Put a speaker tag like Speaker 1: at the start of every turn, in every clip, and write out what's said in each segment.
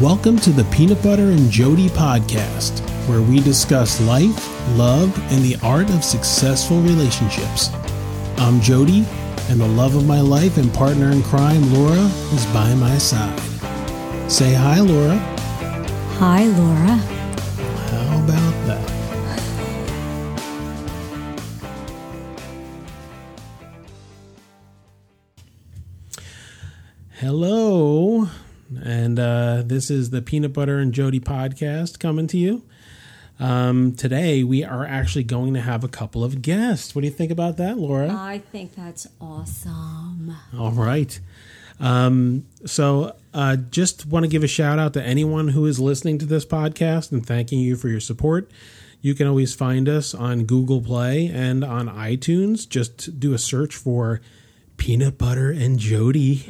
Speaker 1: Welcome to the Peanut Butter and Jody podcast, where we discuss life, love, and the art of successful relationships. I'm Jody, and the love of my life and partner in crime, Laura, is by my side. Say hi, Laura.
Speaker 2: Hi, Laura.
Speaker 1: How about that? Hello, and uh, this is the Peanut Butter and Jody podcast coming to you. Um, today, we are actually going to have a couple of guests. What do you think about that, Laura?
Speaker 2: I think that's awesome.
Speaker 1: All right. Um, so, uh, just want to give a shout out to anyone who is listening to this podcast and thanking you for your support. You can always find us on Google Play and on iTunes. Just do a search for Peanut Butter and Jody,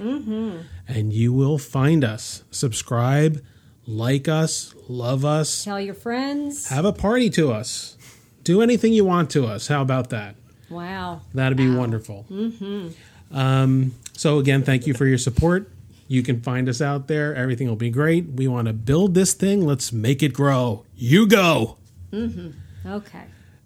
Speaker 1: and you will find us. Subscribe, like us, love us,
Speaker 2: Tell your friends.
Speaker 1: have a party to us, do anything you want to us. How about that?
Speaker 2: Wow.
Speaker 1: That'd be wonderful. Mm-hmm. Um, so again, thank you for your support. You can find us out there. Everything will be great. We want to build this thing. Let's make it grow. You go.
Speaker 2: Okay.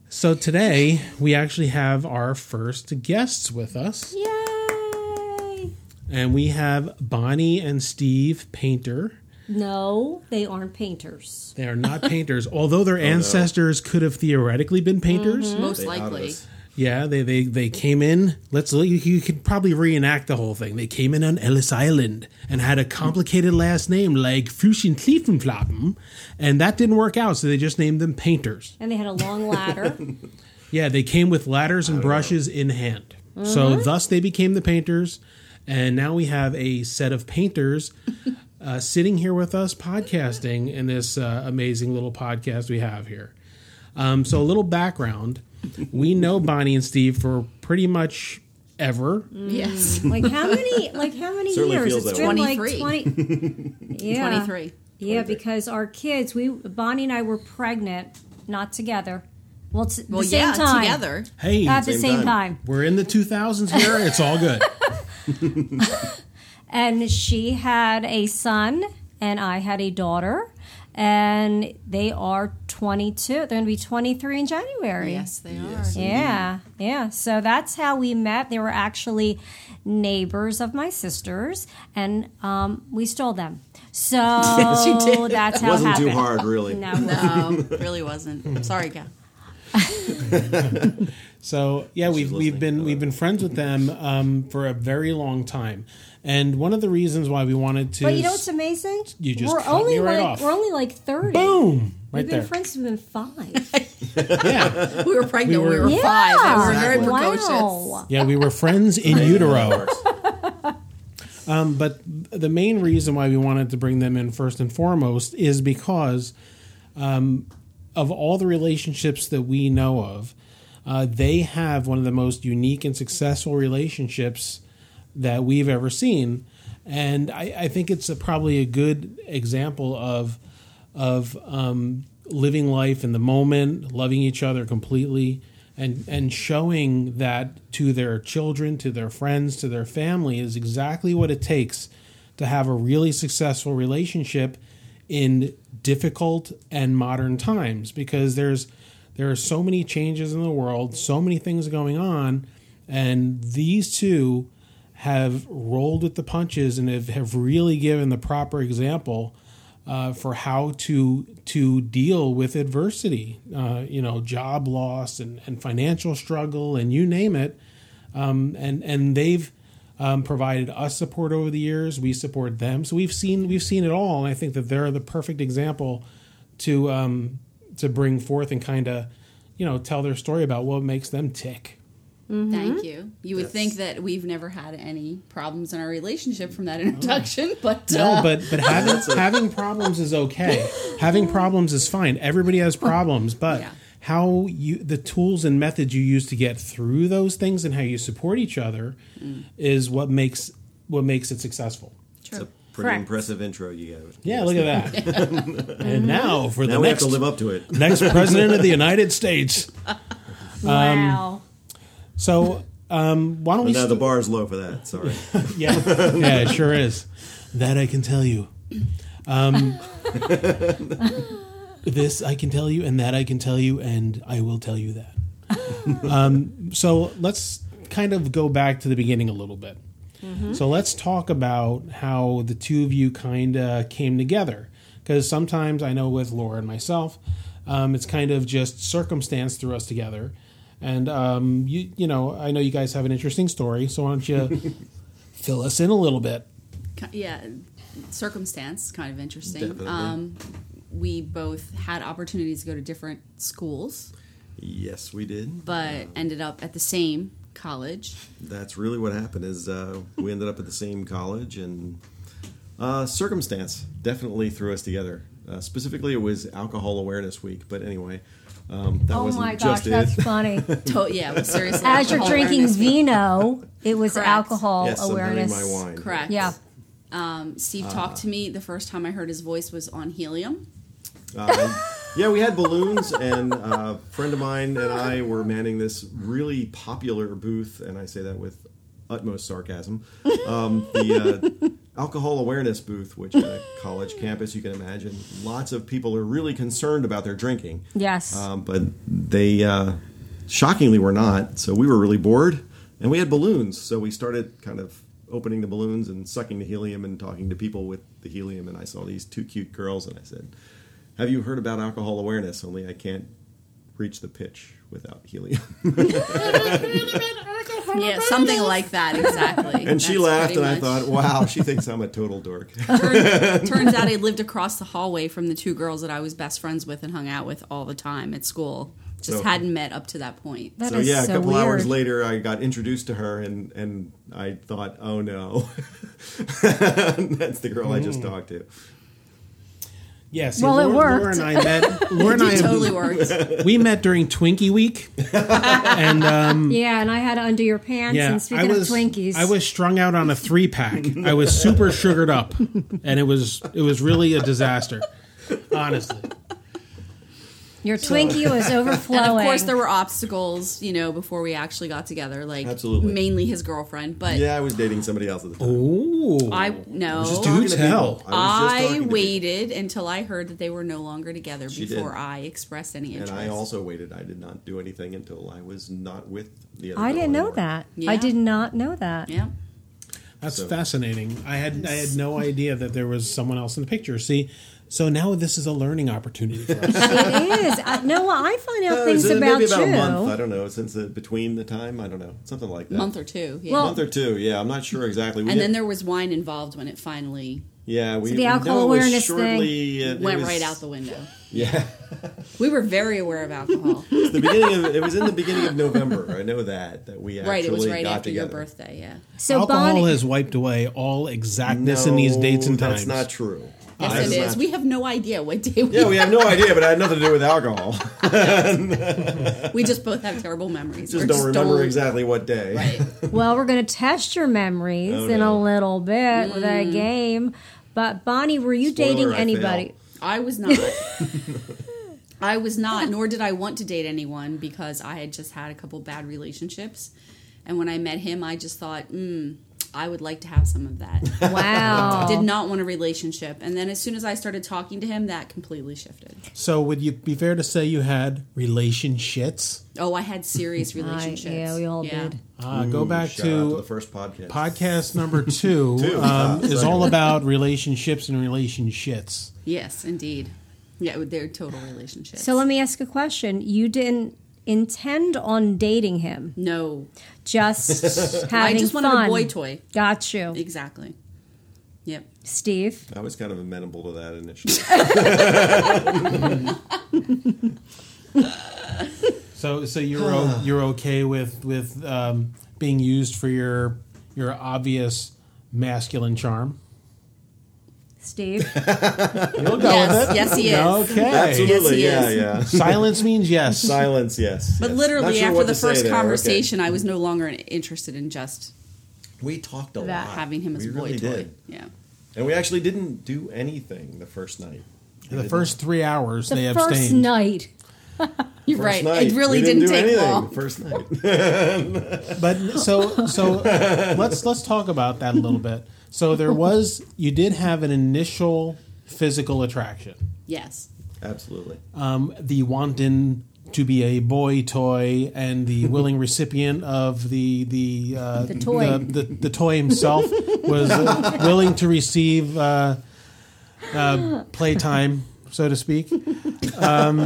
Speaker 1: So today we actually have our first guests with us,
Speaker 2: Yay.
Speaker 1: and we have Bonnie and Steve Painter.
Speaker 2: No, they aren't painters.
Speaker 1: They are not painters, although their ancestors could have theoretically been painters.
Speaker 3: Mm-hmm. Most
Speaker 4: out of
Speaker 3: likely.
Speaker 4: us.
Speaker 1: Yeah, they, they they came in. Let's you, you could probably reenact the whole thing. They came in on Ellis Island and had a complicated last name like Fuschen Tiefenflappen, and that didn't work out. So they just named them painters.
Speaker 2: And they had a long ladder.
Speaker 1: Yeah, they came with ladders and brushes in hand. So
Speaker 2: Mm-hmm.
Speaker 1: thus they became the painters, and now we have a set of painters uh, sitting here with us podcasting in this uh, amazing little podcast we have here. Um, so a little background: we know Bonnie and Steve for pretty much ever.
Speaker 2: Mm.
Speaker 3: Yes.
Speaker 2: like how many like how many
Speaker 4: Certainly
Speaker 2: years?
Speaker 4: feels
Speaker 2: It's
Speaker 4: that
Speaker 2: been
Speaker 3: way.
Speaker 2: like
Speaker 3: 23.
Speaker 2: 20 Yeah.
Speaker 3: 23.
Speaker 2: Yeah, because our kids, we Bonnie and I were pregnant, not together. Well, t-
Speaker 3: Well,
Speaker 2: the same
Speaker 3: yeah,
Speaker 2: time.
Speaker 3: together.
Speaker 1: Hey,
Speaker 2: At the
Speaker 4: Same
Speaker 2: same
Speaker 4: time.
Speaker 2: time.
Speaker 1: We're in the 2000s here. It's all good.
Speaker 2: and she had a son and I had a daughter and they are 22 they're going to be 23 in January
Speaker 3: Oh, Yes, they are.
Speaker 2: yeah yeah so that's how we met they were actually neighbors of my sisters and um, we stole them so that's how it
Speaker 4: Wasn't
Speaker 2: happened
Speaker 4: too hard, really.
Speaker 2: No,
Speaker 3: No, Um, really wasn't. I'm sorry, Cal.
Speaker 1: So yeah, we've we've
Speaker 4: listening.
Speaker 1: been we've been friends with them um, for a very long time, and one of the reasons why we wanted to
Speaker 2: but you know what's amazing
Speaker 1: You just
Speaker 2: we're
Speaker 1: cut
Speaker 2: only
Speaker 1: me right
Speaker 2: like
Speaker 1: off.
Speaker 2: we're only like 30
Speaker 1: boom right
Speaker 2: we've been
Speaker 1: there.
Speaker 2: friends since we've been five
Speaker 1: Yeah,
Speaker 3: We were pregnant.
Speaker 1: We
Speaker 3: We were,
Speaker 1: were-
Speaker 3: we were five. and We were
Speaker 4: Yeah.
Speaker 3: very precocious.
Speaker 2: wow
Speaker 1: yeah, we were friends in utero.
Speaker 4: Works.
Speaker 1: Um, but the main reason why we wanted to bring them in first and foremost is because um, of all the relationships that we know of, uh, they have one of the most unique and successful relationships that we've ever seen, and I, I think it's a, probably a good example of of um, living life in the moment, loving each other completely, and and showing that to their children, to their friends, to their family is exactly what it takes to have a really successful relationship in difficult and modern times because there's there are so many changes in the world, so many things going on, and these two have rolled with the punches and have, have really given the proper example uh, for how to to deal with adversity, uh, you know, job loss and, and financial struggle and you name it. Um, and and they've um, provided us support over the years. We support them, so we've seen we've seen it all. And I think that they're the perfect example to um, to bring forth and kind of you know tell their story about what makes them tick.
Speaker 3: Thank you. You would think that we've never had any problems in our relationship from that introduction, but uh,
Speaker 1: No, but but having having problems is okay. Having problems is fine. Everybody has problems, but
Speaker 3: Yeah.
Speaker 1: how you the tools and methods you use to get through those things and how you support each other is what makes what makes it successful.
Speaker 4: It's a pretty
Speaker 2: Correct.
Speaker 4: impressive intro you got.
Speaker 1: Yeah, look at that. and now for the
Speaker 4: Now we have
Speaker 1: next
Speaker 4: to live up to it.
Speaker 1: next president of the United States. Um,
Speaker 2: wow
Speaker 1: So um, why don't we?
Speaker 4: Now the
Speaker 1: st-
Speaker 4: bar is low for that. Sorry.
Speaker 1: yeah, yeah, it sure is. That I can tell you. Um, this I can tell you, and that I can tell you, and I will tell you that. um, so let's kind of go back to the beginning a little bit. So let's talk about how the two of you kind of came together. Because sometimes I know with Laura and myself, um, it's kind of just circumstance threw us together. And um, you, you know, I know you guys have an interesting story, so why don't you fill us in a little bit?
Speaker 5: Ki- yeah circumstance kind of interesting
Speaker 4: Definitely.
Speaker 5: um we both had opportunities to go to different schools
Speaker 4: Yes, we did.
Speaker 5: but ended up at the same college
Speaker 4: That's really what happened. Is uh, we ended up at the same college, and uh, circumstance definitely threw us together. Uh, specifically, it was Alcohol Awareness Week. But anyway, um, that
Speaker 2: oh
Speaker 4: wasn't
Speaker 2: my gosh,
Speaker 4: just
Speaker 2: that's
Speaker 4: it.
Speaker 2: funny.
Speaker 5: to- yeah well, seriously
Speaker 2: As you're
Speaker 5: alcohol
Speaker 2: drinking
Speaker 5: awareness.
Speaker 2: vino, it was
Speaker 5: Correct.
Speaker 2: alcohol
Speaker 4: yes, I'm having
Speaker 2: awareness.
Speaker 4: my wine.
Speaker 5: correct
Speaker 2: Yeah.
Speaker 5: um, steve talked to me the first time i heard his voice was on helium
Speaker 4: Um, yeah, we had balloons, and uh, a friend of mine and I were manning this really popular booth, and I say that with utmost sarcasm. Um, the uh, alcohol awareness booth, which at a college campus, you can imagine, lots of people are really concerned about their drinking.
Speaker 2: Yes.
Speaker 4: Um, but they uh, shockingly were not. So we were really bored, and we had balloons. So we started kind of opening the balloons and sucking the helium and talking to people with the helium. And I saw these two cute girls, and I said, "Have you heard about alcohol awareness? Only I can't reach the pitch without helium."
Speaker 5: yeah something like that exactly
Speaker 4: and she
Speaker 5: That's
Speaker 4: laughed,
Speaker 5: pretty
Speaker 4: and I
Speaker 5: much-
Speaker 4: thought, "Wow, she thinks I'm a total dork."
Speaker 5: Turn- turns out I lived across the hallway from the two girls that I was best friends with and hung out with all the time at school. Just
Speaker 4: So-
Speaker 5: hadn't met up to that point.
Speaker 2: That
Speaker 4: so
Speaker 2: is
Speaker 4: yeah,
Speaker 2: so
Speaker 4: a couple
Speaker 2: weird.
Speaker 4: hours later, I got introduced to her, and and I thought, "Oh no." That's the girl I
Speaker 2: Hmm.
Speaker 4: just talked to.
Speaker 1: Yes.
Speaker 2: Well, it
Speaker 1: Laura, Laura and I met. Laura and I
Speaker 5: totally worked.
Speaker 1: we met during Twinkie Week, and um,
Speaker 2: yeah, and I had to undo your pants.
Speaker 1: yeah,
Speaker 2: and speaking
Speaker 1: I was
Speaker 2: of Twinkies,
Speaker 1: I was strung out on a three pack. I was super sugared up, and it was it was really a disaster. Honestly,
Speaker 2: your Twinkie was overflowing.
Speaker 5: And of course, there were obstacles, you know, before we actually got together. Like,
Speaker 4: Absolutely.
Speaker 5: mainly his girlfriend, but
Speaker 4: Yeah, I was dating somebody else at the time.
Speaker 2: Oh,
Speaker 1: ooh,
Speaker 5: I no.
Speaker 1: Just do
Speaker 4: to
Speaker 1: tell.
Speaker 4: people. was just
Speaker 5: I,
Speaker 4: talking to
Speaker 5: waited until I heard that they were no longer together
Speaker 4: She did.
Speaker 5: before I expressed any
Speaker 4: people.
Speaker 5: interest.
Speaker 4: And I also waited. I did not do anything until I was not with the other.
Speaker 2: I
Speaker 4: girl
Speaker 2: didn't know
Speaker 4: anymore.
Speaker 2: that.
Speaker 5: Yeah.
Speaker 2: I did not know that.
Speaker 5: yeah,
Speaker 1: that's
Speaker 4: So-
Speaker 1: fascinating. I had I had no idea that there was someone else in the picture. See, so now this is a learning opportunity for us.
Speaker 2: It is. I, Noah, I find out
Speaker 4: Uh,
Speaker 2: things
Speaker 4: so
Speaker 2: about,
Speaker 4: maybe about
Speaker 2: you.
Speaker 4: a month. I don't know. Since the, between the time, I don't know, something like that.
Speaker 5: month or two. Yeah.
Speaker 2: Well-
Speaker 4: month or two. Yeah, I'm not sure exactly. We
Speaker 5: and then
Speaker 4: didn't-
Speaker 5: there was wine involved when it finally
Speaker 4: yeah, we
Speaker 2: the
Speaker 4: we know
Speaker 2: alcohol
Speaker 4: it was
Speaker 2: awareness
Speaker 4: shortly, uh, it
Speaker 5: went
Speaker 4: was-
Speaker 5: right out the window.
Speaker 4: Yeah,
Speaker 5: We were very aware of alcohol.
Speaker 4: It's the beginning of it was in the beginning of November. I know that that we actually
Speaker 5: right, it was right
Speaker 4: got
Speaker 5: after
Speaker 4: together.
Speaker 5: your birthday. Yeah.
Speaker 2: So
Speaker 1: Alcohol
Speaker 2: Bonnie,
Speaker 1: has wiped away all exactness
Speaker 4: No,
Speaker 1: in these dates and
Speaker 4: that's
Speaker 1: times.
Speaker 4: not true.
Speaker 5: Yes,
Speaker 4: That
Speaker 5: it
Speaker 4: not
Speaker 5: is. We have no idea what day we,
Speaker 4: yeah, we have no idea, but it had nothing to do with alcohol.
Speaker 5: we just both have terrible memories. We're
Speaker 4: Just don't remember
Speaker 5: old.
Speaker 4: exactly what day.
Speaker 5: Right.
Speaker 2: well, we're going to test your memories
Speaker 4: Oh,
Speaker 2: in
Speaker 4: no.
Speaker 2: a little bit with a
Speaker 5: Mm.
Speaker 2: game. But Bonnie, were you
Speaker 4: Spoiler,
Speaker 2: dating
Speaker 4: I
Speaker 2: anybody?
Speaker 5: I was not. I was not, nor did I want to date anyone because I had just had a couple bad relationships. And when I met him, I just thought, hmm, I would like to have some of that.
Speaker 2: Wow.
Speaker 5: Did not want a relationship. And then as soon as I started talking to him, that completely shifted.
Speaker 1: So would you be fair to say you had relationships?
Speaker 5: Oh, I had serious relationships.
Speaker 2: yeah, we all did.
Speaker 1: Uh, go back
Speaker 4: Shout out to the
Speaker 1: to
Speaker 4: first podcast.
Speaker 1: podcast number two,
Speaker 4: Two.
Speaker 1: um,
Speaker 4: Ah,
Speaker 1: is
Speaker 4: second
Speaker 1: all
Speaker 4: one.
Speaker 1: about relationships and relationships.
Speaker 5: Yes, indeed. Yeah, they're total relationships.
Speaker 2: So um, let me ask a question. You didn't intend on dating him,
Speaker 5: no,
Speaker 2: just
Speaker 5: I
Speaker 2: having
Speaker 5: just wanted
Speaker 2: fun.
Speaker 5: a boy toy.
Speaker 2: Got you,
Speaker 5: Exactly. Yep.
Speaker 2: Steve.
Speaker 4: I was kind of amenable to that initially.
Speaker 1: So, so you're o- you're okay with with um, being used for your your obvious masculine charm?
Speaker 2: Steve.
Speaker 1: You'll go
Speaker 5: Yes, yes, he is.
Speaker 1: Okay.
Speaker 4: Absolutely,
Speaker 5: Yes,
Speaker 4: yeah,
Speaker 5: he
Speaker 4: yeah.
Speaker 1: Silence means yes.
Speaker 4: Silence, yes.
Speaker 5: But
Speaker 4: yes. Not
Speaker 5: literally,
Speaker 4: sure what
Speaker 5: after the
Speaker 4: to say
Speaker 5: first
Speaker 4: there, okay.
Speaker 5: conversation, I was no longer interested in just
Speaker 4: we talked a
Speaker 2: That
Speaker 4: lot.
Speaker 5: having him as
Speaker 4: we
Speaker 5: a boy
Speaker 4: really
Speaker 5: toy.
Speaker 4: did,
Speaker 5: Yeah.
Speaker 4: and we actually didn't do anything the first night. We
Speaker 1: the
Speaker 4: didn't-
Speaker 1: first three hours they
Speaker 2: the first
Speaker 1: abstained.
Speaker 2: night.
Speaker 5: You're
Speaker 4: first
Speaker 5: right.
Speaker 4: night,
Speaker 5: It really
Speaker 4: we
Speaker 5: didn't,
Speaker 4: didn't, do
Speaker 5: take
Speaker 4: anything
Speaker 5: long.
Speaker 4: The first night.
Speaker 1: But so so let's let's talk about that a little bit. So there was you did have an initial physical attraction.
Speaker 5: Yes.
Speaker 4: Absolutely.
Speaker 1: Um, the wanton to be a boy toy and the willing recipient of the the uh,
Speaker 2: The toy.
Speaker 1: the, the, the toy himself was uh, willing to receive uh, uh, playtime, so to speak. Um,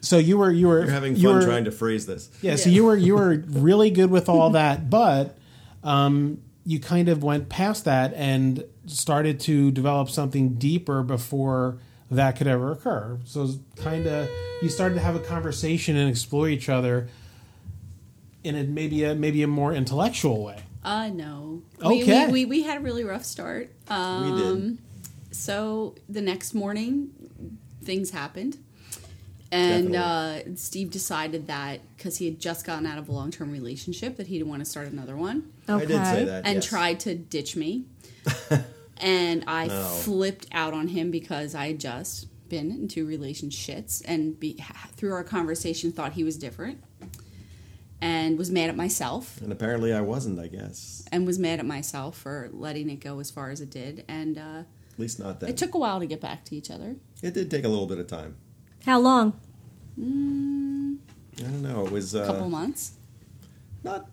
Speaker 1: so you were you were
Speaker 4: You're having fun
Speaker 1: you were,
Speaker 4: trying to phrase this.
Speaker 1: yeah, so you were you were really good with all that, but um, you kind of went past that and started to develop something deeper before that could ever occur. So kind of you started to have a conversation and explore each other in a maybe a maybe a more intellectual way.
Speaker 5: Uh, no. We-
Speaker 1: Okay.
Speaker 5: We, we, we had a really rough start. Um,
Speaker 4: we did.
Speaker 5: So the next morning, things happened. And uh, Steve decided that because he had just gotten out of a long term relationship, that he didn't want to start another one
Speaker 2: Okay.
Speaker 4: I did say that.
Speaker 5: and
Speaker 4: yes.
Speaker 5: tried to ditch me. and I flipped out on him because I had just been in two relationships and be, through our conversation thought he was different and was mad at myself
Speaker 4: And apparently I wasn't, I guess.
Speaker 5: and was mad at myself for letting it go as far as it did. And uh,
Speaker 4: At least not then.
Speaker 5: it took a while to get back to each other.
Speaker 4: It did take a little bit of time.
Speaker 2: How long?
Speaker 4: I don't know. It was
Speaker 5: A
Speaker 4: uh,
Speaker 5: couple months.
Speaker 4: not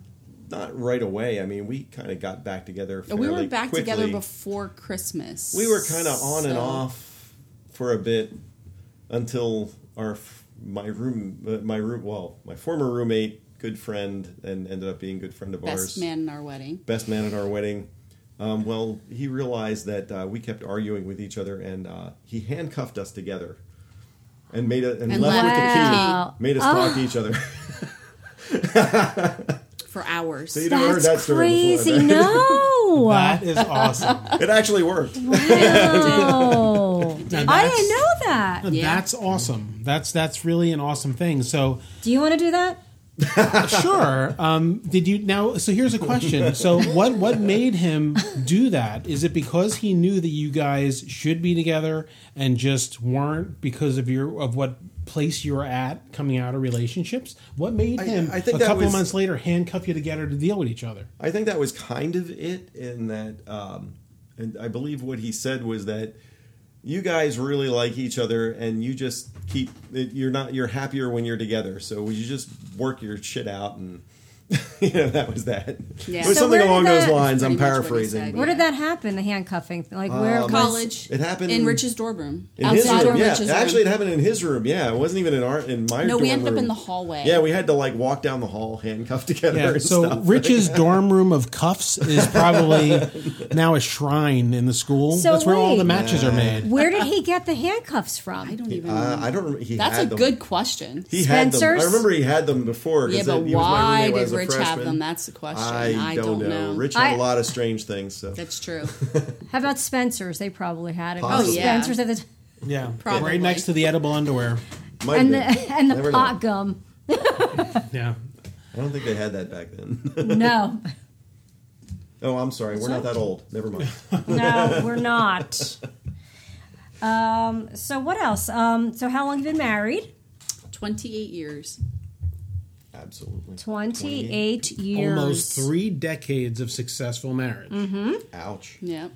Speaker 4: not right away. I mean, we kind of got back together. Fairly
Speaker 5: we were back
Speaker 4: quickly.
Speaker 5: together before Christmas.
Speaker 4: We were kind of on and
Speaker 5: So-
Speaker 4: off for a bit until our f- my room uh, my room well my former roommate, good friend, and ended up being good friend of
Speaker 5: Best
Speaker 4: ours.
Speaker 5: man in our wedding.
Speaker 4: best man at our wedding. Um, well, he realized that uh, we kept arguing with each other, and uh, he handcuffed us together and made a, and,
Speaker 5: And
Speaker 4: left with
Speaker 5: left
Speaker 4: the key.
Speaker 2: Wow.
Speaker 4: Made us talk to each other.
Speaker 5: For hours.
Speaker 4: So you never heard
Speaker 2: That's
Speaker 4: that story before.
Speaker 2: crazy. No.
Speaker 1: That is awesome.
Speaker 4: It actually worked.
Speaker 2: Wow. I
Speaker 1: that's-
Speaker 2: didn't know that.
Speaker 5: Yeah.
Speaker 1: That's awesome. That's that's really an awesome thing. So
Speaker 2: Do you want to do that?
Speaker 1: sure. Um, did you now? So here's a question. So what what made him do that? Is it because he knew that you guys should be together and just weren't because of your of what place you were at coming out of relationships? What made
Speaker 4: I-
Speaker 1: him
Speaker 4: I think
Speaker 1: a
Speaker 4: that
Speaker 1: couple
Speaker 4: was-
Speaker 1: months later handcuff you together to deal with each other?
Speaker 4: I think that was kind of it in that, um, and I believe what he said was that you guys really like each other, and you just keep it, you're not you're happier when you're together. So you just work your shit out, and you know that was that.
Speaker 5: Yeah.
Speaker 4: It was
Speaker 2: So
Speaker 4: something
Speaker 2: where did
Speaker 4: along
Speaker 2: that-
Speaker 4: those lines. I'm
Speaker 5: Pretty much what he
Speaker 4: paraphrasing.
Speaker 5: said.
Speaker 4: but-
Speaker 2: Where did that happen? The handcuffing, thing? like where
Speaker 4: Uh,
Speaker 2: was-
Speaker 5: College.
Speaker 4: It happened
Speaker 5: in Rich's dorm room.
Speaker 4: in his
Speaker 5: Outside
Speaker 4: room,
Speaker 5: of
Speaker 4: yeah.
Speaker 5: Rich's
Speaker 4: Actually, it
Speaker 5: room.
Speaker 4: happened in his room. Yeah, it wasn't even in our in my.
Speaker 5: No, we
Speaker 4: dorm
Speaker 5: ended up
Speaker 4: room.
Speaker 5: in the hallway.
Speaker 4: Yeah, we had to like walk down the hall handcuffed together.
Speaker 1: Yeah.
Speaker 4: and
Speaker 1: So
Speaker 4: stuff.
Speaker 1: Rich's dorm room of cuffs is probably now a shrine in the school.
Speaker 2: So
Speaker 1: That's where all the
Speaker 2: wait.
Speaker 1: matches are made.
Speaker 2: Where did he get the handcuffs from?
Speaker 5: I don't even.
Speaker 4: Uh, I don't. He
Speaker 5: that's
Speaker 4: had
Speaker 5: a
Speaker 4: them.
Speaker 5: good question.
Speaker 4: He had them. I
Speaker 2: Spencer's?
Speaker 4: remember he had them before. 'cause
Speaker 5: Yeah, but
Speaker 4: it- he was my
Speaker 5: why
Speaker 4: roommate when I
Speaker 5: did
Speaker 4: was a
Speaker 5: Rich have
Speaker 4: freshman.
Speaker 5: them? That's the question.
Speaker 4: I, don't, know. Rich
Speaker 2: I-
Speaker 4: had a lot of strange things. So
Speaker 5: That's true.
Speaker 2: How about Spencer's? They probably had it.
Speaker 4: Possibly.
Speaker 5: Oh, yeah.
Speaker 2: Spencer's at the t-
Speaker 1: Yeah.
Speaker 5: Probably.
Speaker 1: Right next to the edible underwear.
Speaker 4: Oh, Might
Speaker 2: and the
Speaker 4: have been.
Speaker 2: and
Speaker 4: Never
Speaker 2: the pot
Speaker 4: know.
Speaker 2: gum.
Speaker 1: Yeah.
Speaker 4: I don't think they had that back then.
Speaker 2: No,
Speaker 4: oh, I'm sorry. We're not that old. Never mind.
Speaker 2: no, we're not. Um. So what else? Um. So how long have you been married?
Speaker 5: Twenty-eight years.
Speaker 4: Absolutely.
Speaker 2: Twenty-eight years.
Speaker 1: almost three decades of successful marriage.
Speaker 4: Ouch.
Speaker 5: Yeah.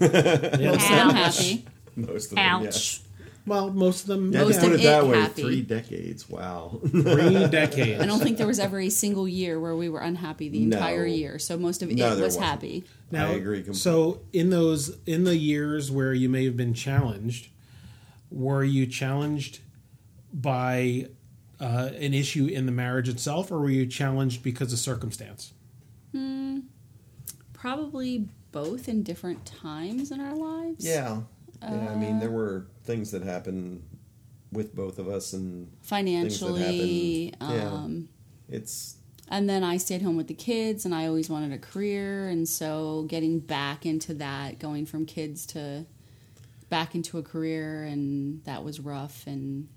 Speaker 5: I'm
Speaker 2: Ouch.
Speaker 5: happy.
Speaker 4: Most of them.
Speaker 2: Ouch.
Speaker 1: Well, most of them.
Speaker 4: Yeah. Yeah,
Speaker 5: Most
Speaker 4: if you
Speaker 5: of
Speaker 4: put it that
Speaker 5: it
Speaker 4: way.
Speaker 5: happy.
Speaker 4: Three decades. Wow.
Speaker 1: three
Speaker 5: I don't
Speaker 1: decades.
Speaker 5: think there was ever a single year where we were unhappy the
Speaker 4: No.
Speaker 5: entire year. So most of it
Speaker 4: No,
Speaker 5: was
Speaker 4: there wasn't.
Speaker 5: happy.
Speaker 1: Now,
Speaker 4: I agree. Completely.
Speaker 1: So, in those in the years where you may have been challenged, were you challenged by uh, an issue in the marriage itself, or were you challenged because of circumstance?
Speaker 5: Probably both in different times in our lives.
Speaker 4: yeah. Yeah. I mean,
Speaker 5: Uh,
Speaker 4: there were things that happened with both of us, and things that
Speaker 5: Financially.
Speaker 4: happened. Yeah.
Speaker 5: Um,
Speaker 4: it's
Speaker 5: and then I stayed home with the kids, and I always wanted a career, and so getting back into that, going from kids to back into a career, and that was rough. And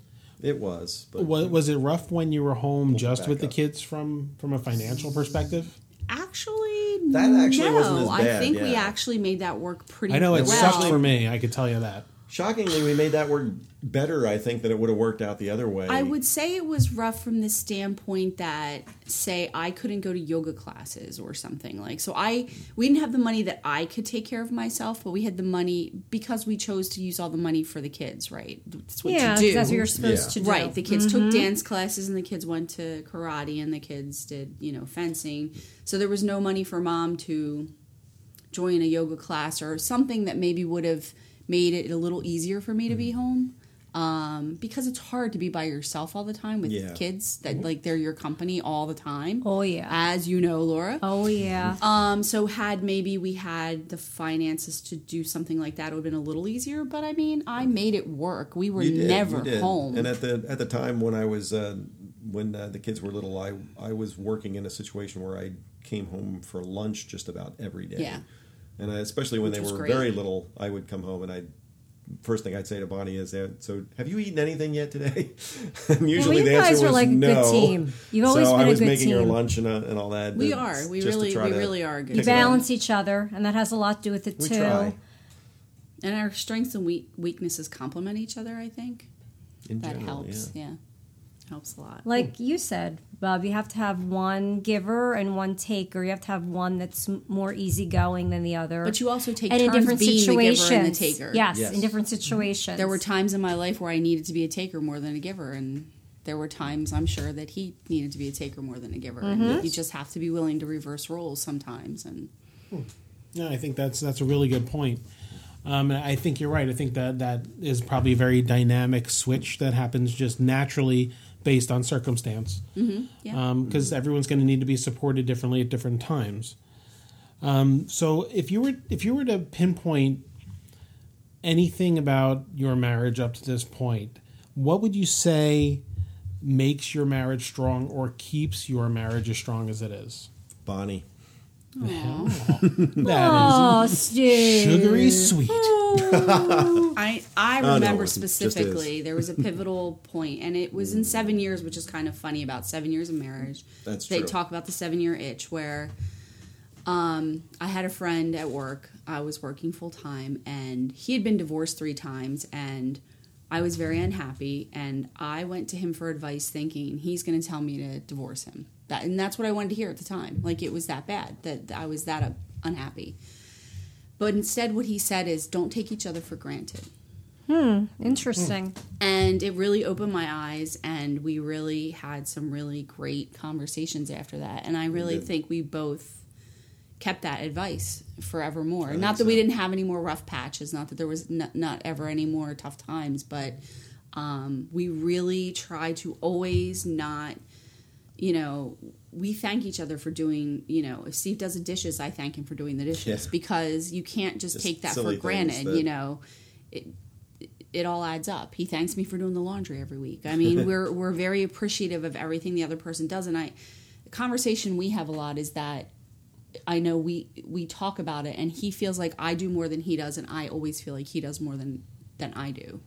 Speaker 4: it was. But
Speaker 1: Was, was it rough when you were home just
Speaker 4: back
Speaker 1: with the
Speaker 4: up.
Speaker 1: kids from from a financial perspective?
Speaker 5: actually,
Speaker 4: That actually
Speaker 5: no,
Speaker 4: wasn't as
Speaker 5: I
Speaker 4: bad,
Speaker 5: think we
Speaker 4: yeah.
Speaker 5: actually made that work pretty.
Speaker 1: I know it
Speaker 5: well.
Speaker 1: sucked for me. I could tell you that.
Speaker 4: Shockingly, we made that word better, I think, than it would have worked out the other way.
Speaker 5: I would say it was rough from the standpoint that, say, I couldn't go to yoga classes or something like. So I we didn't have the money that I could take care of myself, but we had the money because we chose to use all the money for the kids. Right? That's what
Speaker 2: yeah,
Speaker 5: you do.
Speaker 2: 'cause that's what you're supposed to do.
Speaker 5: Right. The kids
Speaker 4: Mm-hmm.
Speaker 5: took dance classes and the kids went to karate and the kids did, you know, fencing. So there was no money for mom to join a yoga class or something that maybe would have made it a little easier for me to
Speaker 4: Mm-hmm.
Speaker 5: be home. Um, because it's hard to be by yourself all the time with
Speaker 4: Yeah.
Speaker 5: kids that like they're your company all the time.
Speaker 2: Oh, yeah.
Speaker 5: As you know, Laura.
Speaker 2: oh yeah.
Speaker 5: Um, so had maybe we had the finances to do something like that, it would have been a little easier. But I mean, I made it work. We were
Speaker 4: You did, you
Speaker 5: never
Speaker 4: did.
Speaker 5: home.
Speaker 4: And at the at the time when I was uh, when uh, the kids were little, I I was working in a situation where I came home for lunch just about every day.
Speaker 5: Yeah.
Speaker 4: And I, especially when
Speaker 5: Which
Speaker 4: they
Speaker 5: was
Speaker 4: were
Speaker 5: great.
Speaker 4: very little, I would come home and I. First thing I'd say to Bonnie is, uh, "So, have you eaten anything yet today?" and usually
Speaker 2: you
Speaker 4: the
Speaker 2: guys
Speaker 4: answer
Speaker 2: were
Speaker 4: was
Speaker 2: like a good
Speaker 4: no.
Speaker 2: team. You've always
Speaker 4: so
Speaker 2: been
Speaker 4: I
Speaker 2: a
Speaker 4: was
Speaker 2: good
Speaker 4: making her
Speaker 2: team.
Speaker 4: lunch and, uh, and all that.
Speaker 5: We
Speaker 4: uh,
Speaker 5: are. We
Speaker 4: just to
Speaker 5: really-
Speaker 4: try
Speaker 5: we
Speaker 4: to
Speaker 5: really are a good
Speaker 4: pick
Speaker 2: You
Speaker 5: Pick
Speaker 4: it up.
Speaker 2: balance each other, and that has a lot to do with it
Speaker 4: We
Speaker 2: too.
Speaker 4: try.
Speaker 5: and our strengths and we- weaknesses complement each other i think
Speaker 4: In
Speaker 5: that
Speaker 4: general,
Speaker 5: helps
Speaker 4: yeah.
Speaker 5: yeah. helps a lot
Speaker 2: Like you said, Bob, you have to have one giver and one taker. You have to have one that's m- more easygoing than the other.
Speaker 5: but you also take
Speaker 2: and in
Speaker 5: turns
Speaker 2: different
Speaker 5: being
Speaker 2: situations,
Speaker 5: the giver and the taker Mm-hmm.
Speaker 2: Yes,
Speaker 4: Yes.
Speaker 2: in different situations.
Speaker 5: there were times in my life where i needed to be a taker more than a giver and there were times i'm sure that he needed to be a taker more than a giver and you just have to be willing to reverse roles sometimes and
Speaker 1: No, I think that's that's a really good point. Um, and I think you're right. I think that that is probably a very dynamic switch that happens just naturally based on circumstance. Because
Speaker 5: yeah.
Speaker 1: everyone's going to need to be supported differently at different times. Um, so if you were if you were to pinpoint anything about your marriage up to this point, what would you say makes your marriage strong or keeps your marriage as strong as it is?
Speaker 4: Bonnie.
Speaker 1: That
Speaker 2: Oh,
Speaker 1: is
Speaker 2: Stu.
Speaker 1: sugary sweet.
Speaker 5: I I
Speaker 4: no, it
Speaker 5: remember
Speaker 4: wasn't. Just is.
Speaker 5: specifically there was a pivotal point, and it was in seven years, which is kind of funny about seven years of marriage.
Speaker 4: That's
Speaker 5: they
Speaker 4: true.
Speaker 5: talk about the seven year itch where. Um, I had a friend at work. I was working full time, and he had been divorced three times, and I was very unhappy. And I went to him for advice, thinking he's going to tell me to divorce him. That, and that's what I wanted to hear at the time. Like it was that bad that I was that uh, unhappy. But instead, what he said is, "Don't take each other for granted."
Speaker 2: Interesting.
Speaker 5: and it really opened my eyes and we really had some really great conversations after that and i really think we both kept that advice forevermore not that we didn't have any more rough patches not that there was n- not ever any more tough times but um, we really try to always not you know we thank each other for doing you know if steve does the dishes i thank him for doing the dishes
Speaker 4: Yeah.
Speaker 5: because you can't just,
Speaker 4: Just
Speaker 5: take that for
Speaker 4: silly things
Speaker 5: granted
Speaker 4: that-
Speaker 5: you know it all adds up. He thanks me for doing the laundry every week. I mean, we're we're very appreciative of everything the other person does, and I the conversation we have a lot is that I know we we talk about it, and he feels like I do more than he does, and I always feel like he does more than than I do.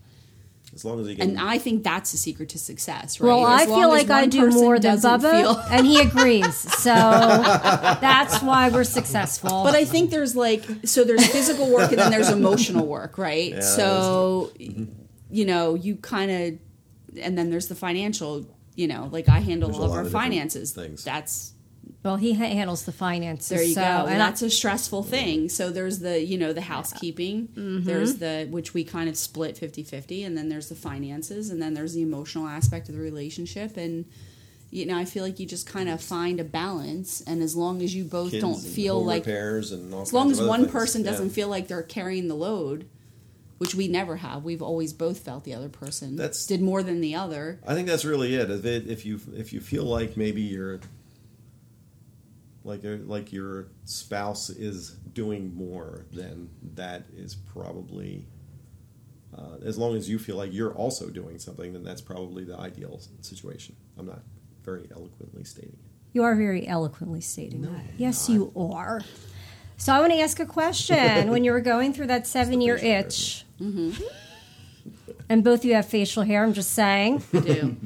Speaker 4: As long as you can.
Speaker 5: And I think that's the secret to success, right?
Speaker 2: Well,
Speaker 5: As
Speaker 2: I
Speaker 5: long
Speaker 2: feel
Speaker 5: as
Speaker 2: like I
Speaker 5: one
Speaker 2: do
Speaker 5: person
Speaker 2: more than
Speaker 5: doesn't
Speaker 2: Bubba,
Speaker 5: feel-
Speaker 2: and he agrees. So that's why we're successful.
Speaker 5: But I think there's like so there's physical work and then there's emotional work, right? so you know, you kind of and then there's the financial, you know, like I handle
Speaker 4: There's a
Speaker 5: all of
Speaker 4: lot
Speaker 5: our
Speaker 4: of different
Speaker 5: finances.
Speaker 4: things.
Speaker 5: That's
Speaker 2: well, he ha- handles the finances.
Speaker 5: there you
Speaker 2: so,
Speaker 5: go.
Speaker 2: And
Speaker 5: And
Speaker 2: I,
Speaker 5: that's a stressful thing. So there's the, you know, the housekeeping,
Speaker 2: Mm-hmm.
Speaker 5: there's the which we kind of split 50-50 and then there's the finances and then there's the emotional aspect of the relationship and you know, I feel like you just kind of find a balance and as long as you both
Speaker 4: kids
Speaker 5: don't
Speaker 4: and
Speaker 5: feel
Speaker 4: home
Speaker 5: like
Speaker 4: repairs and all
Speaker 5: as long
Speaker 4: kinds
Speaker 5: as
Speaker 4: of other
Speaker 5: one
Speaker 4: things.
Speaker 5: person doesn't
Speaker 4: Yeah.
Speaker 5: feel like they're carrying the load which we never have we've always both felt the other person
Speaker 4: That's-
Speaker 5: did more than the other
Speaker 4: I think that's really it. If it, if you if you feel like maybe your like uh, like your spouse is doing more, then that is probably uh, as long as you feel like you're also doing something, then that's probably the ideal s- situation. I'm not very eloquently stating it.
Speaker 2: you are very eloquently stating that. Yes, you are. So I want to ask a question. when you were going through that seven-year
Speaker 4: facial hair.
Speaker 2: itch,
Speaker 5: Mm-hmm.
Speaker 2: and both of you have facial hair, I'm just saying.
Speaker 5: I do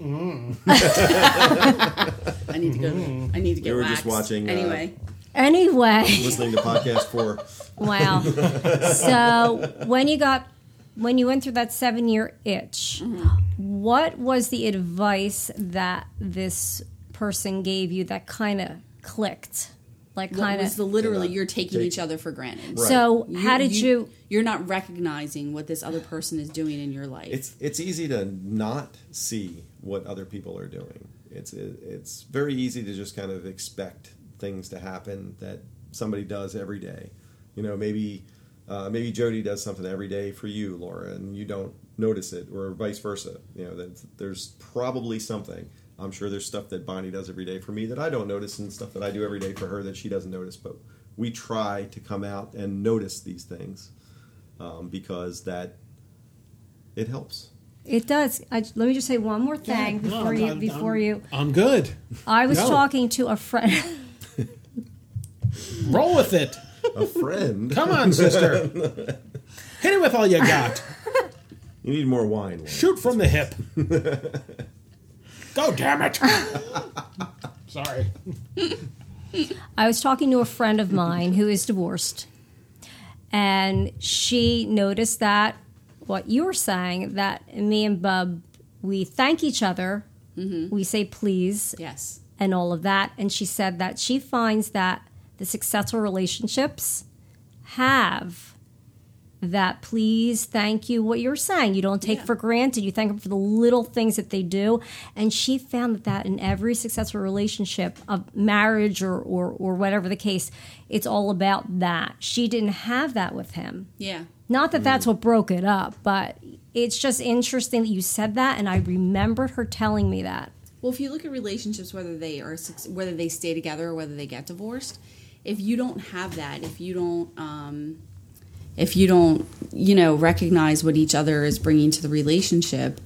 Speaker 2: Mm.
Speaker 5: I need to go I need to get
Speaker 4: were
Speaker 5: waxed.
Speaker 4: just watching, uh,
Speaker 5: anyway
Speaker 2: Anyway.
Speaker 4: Listening to podcast four,
Speaker 2: Wow. so when you got when you went through that seven year itch, what was the advice that this person gave you that kind of clicked? Like,
Speaker 5: What
Speaker 2: kind
Speaker 5: was
Speaker 2: of.
Speaker 5: the literally
Speaker 4: Yeah.
Speaker 5: you're taking
Speaker 4: Take-
Speaker 5: each other for granted.
Speaker 4: Right.
Speaker 2: So, how did you
Speaker 5: You're not recognizing what this other person is doing in your life.
Speaker 4: it's it's easy to not see what other people are doing. It's it, it's very easy to just kind of expect things to happen that somebody does every day. You know, maybe uh, maybe Jody does something every day for you, Laura, and you don't notice it, or vice versa. You know, that there's probably something. I'm sure there's stuff that Bonnie does every day for me that I don't notice, and stuff that I do every day for her that she doesn't notice. But we try to come out and notice these things um, because that it helps.
Speaker 2: It does. I, let me just say one more thing
Speaker 1: No,
Speaker 2: before
Speaker 1: I'm-
Speaker 2: you.
Speaker 1: I'm-
Speaker 2: before
Speaker 1: I'm-
Speaker 2: you,
Speaker 1: I'm good.
Speaker 2: I was
Speaker 1: No.
Speaker 2: talking to a friend.
Speaker 1: Roll with it.
Speaker 4: A friend.
Speaker 1: Come on, sister. Hit it with all you got.
Speaker 4: You need more wine. Lauren.
Speaker 1: Shoot from the hip. Go, damn it. Sorry.
Speaker 2: I was talking to a friend of mine who is divorced, and she noticed that what you were saying that me and Bub we thank each other, we say please,
Speaker 5: yes.
Speaker 2: and all of that. And she said that she finds that the successful relationships have that please, thank you, what you're saying. You don't take
Speaker 5: Yeah.
Speaker 2: for granted. You thank them for the little things that they do. And she found that, that in every successful relationship of marriage or, or, or whatever the case, it's all about that. She didn't have that with him.
Speaker 5: Yeah.
Speaker 2: Not that that's what broke it up, but it's just interesting that you said that. And I remembered her telling me that.
Speaker 5: Well, if you look at relationships, whether they are suc- whether they stay together or whether they get divorced, if you don't have that, if you don't, um, if you don't, you know, recognize what each other is bringing to the relationship,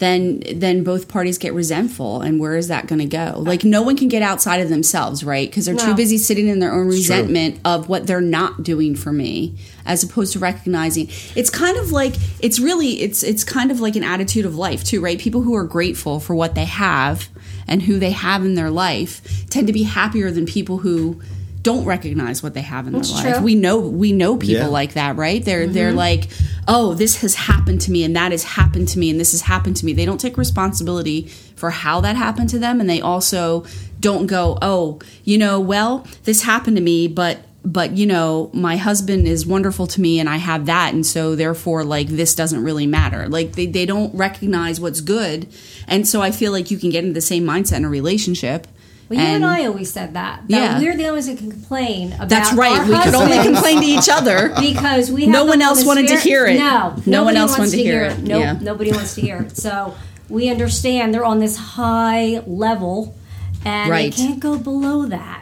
Speaker 5: then then both parties get resentful, and where is that going to go? Like, no one can get outside of themselves, right? Because they're
Speaker 2: No.
Speaker 5: too busy sitting in their own
Speaker 4: true.
Speaker 5: resentment of what they're not doing for me as opposed to recognizing it's kind of like it's really it's it's kind of like an attitude of life too right people who are grateful for what they have and who they have in their life tend to be happier than people who don't recognize what they have in their
Speaker 2: That's
Speaker 5: life
Speaker 2: true.
Speaker 5: we know we know people
Speaker 4: Yeah.
Speaker 5: like that right they're they're like oh this has happened to me and that has happened to me and this has happened to me they don't take responsibility for how that happened to them and they also don't go oh you know well this happened to me but but you know my husband is wonderful to me and i have that and so therefore like this doesn't really matter like they, they don't recognize what's good and so i feel like you can get into the same mindset in a relationship
Speaker 2: Well, you and I always said that. that
Speaker 5: Yeah.
Speaker 2: we're the only ones that can complain about.
Speaker 5: that's right
Speaker 2: our
Speaker 5: we could only
Speaker 2: husbands
Speaker 5: complain to each other
Speaker 2: because we. Have
Speaker 5: No
Speaker 2: them
Speaker 5: one
Speaker 2: on
Speaker 5: else
Speaker 2: the
Speaker 5: wanted to
Speaker 2: spirit-
Speaker 5: hear it.
Speaker 2: No,
Speaker 5: No one
Speaker 2: nobody
Speaker 5: else
Speaker 2: wants
Speaker 5: wanted to hear it.
Speaker 2: Nope,
Speaker 5: Yeah.
Speaker 2: nobody wants to hear it. So we understand they're on this high level, and
Speaker 5: Right.
Speaker 2: they can't go below that.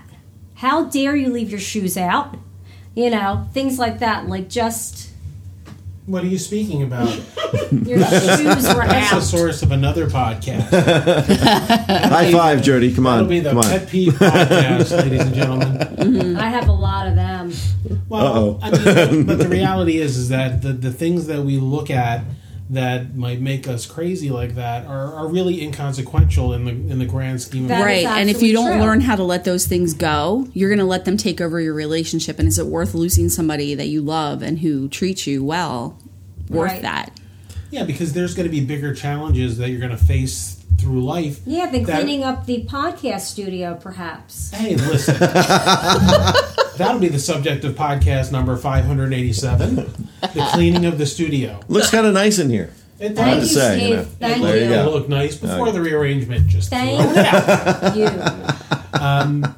Speaker 2: How dare you leave your shoes out? You know things like that. Like just
Speaker 1: What are you speaking about?
Speaker 2: your shoes were
Speaker 1: That's the
Speaker 2: out.
Speaker 1: source of another podcast.
Speaker 4: High five, Jody. Come
Speaker 1: It'll
Speaker 4: on.
Speaker 1: be the
Speaker 4: Come on.
Speaker 1: Pet Peeve Podcast, ladies and gentlemen.
Speaker 2: I have a lot of them.
Speaker 1: Well,
Speaker 4: Uh-oh.
Speaker 1: I mean, but the reality is, is that the, the things that we look at that might make us crazy like that are, are really inconsequential in the in the grand scheme of
Speaker 2: That is
Speaker 5: right and if
Speaker 2: absolutely
Speaker 5: you don't
Speaker 2: true.
Speaker 5: learn how to let those things go you're going to let them take over your relationship and is it worth losing somebody that you love and who treats you well worth
Speaker 2: Right.
Speaker 5: that
Speaker 1: Yeah, because there's going to be bigger challenges that you're going to face through life.
Speaker 2: Yeah, than
Speaker 1: that-
Speaker 2: cleaning up the podcast studio, perhaps.
Speaker 1: Hey, listen. That'll be the subject of podcast number 587 the cleaning of the studio.
Speaker 4: Looks kind of nice in here.
Speaker 1: It
Speaker 4: I have
Speaker 2: you,
Speaker 4: to say,
Speaker 2: Steve.
Speaker 4: you know,
Speaker 2: Thank
Speaker 4: there you
Speaker 2: you.
Speaker 1: It'll
Speaker 4: go.
Speaker 1: look nice before the rearrangement. Just
Speaker 2: Thank you.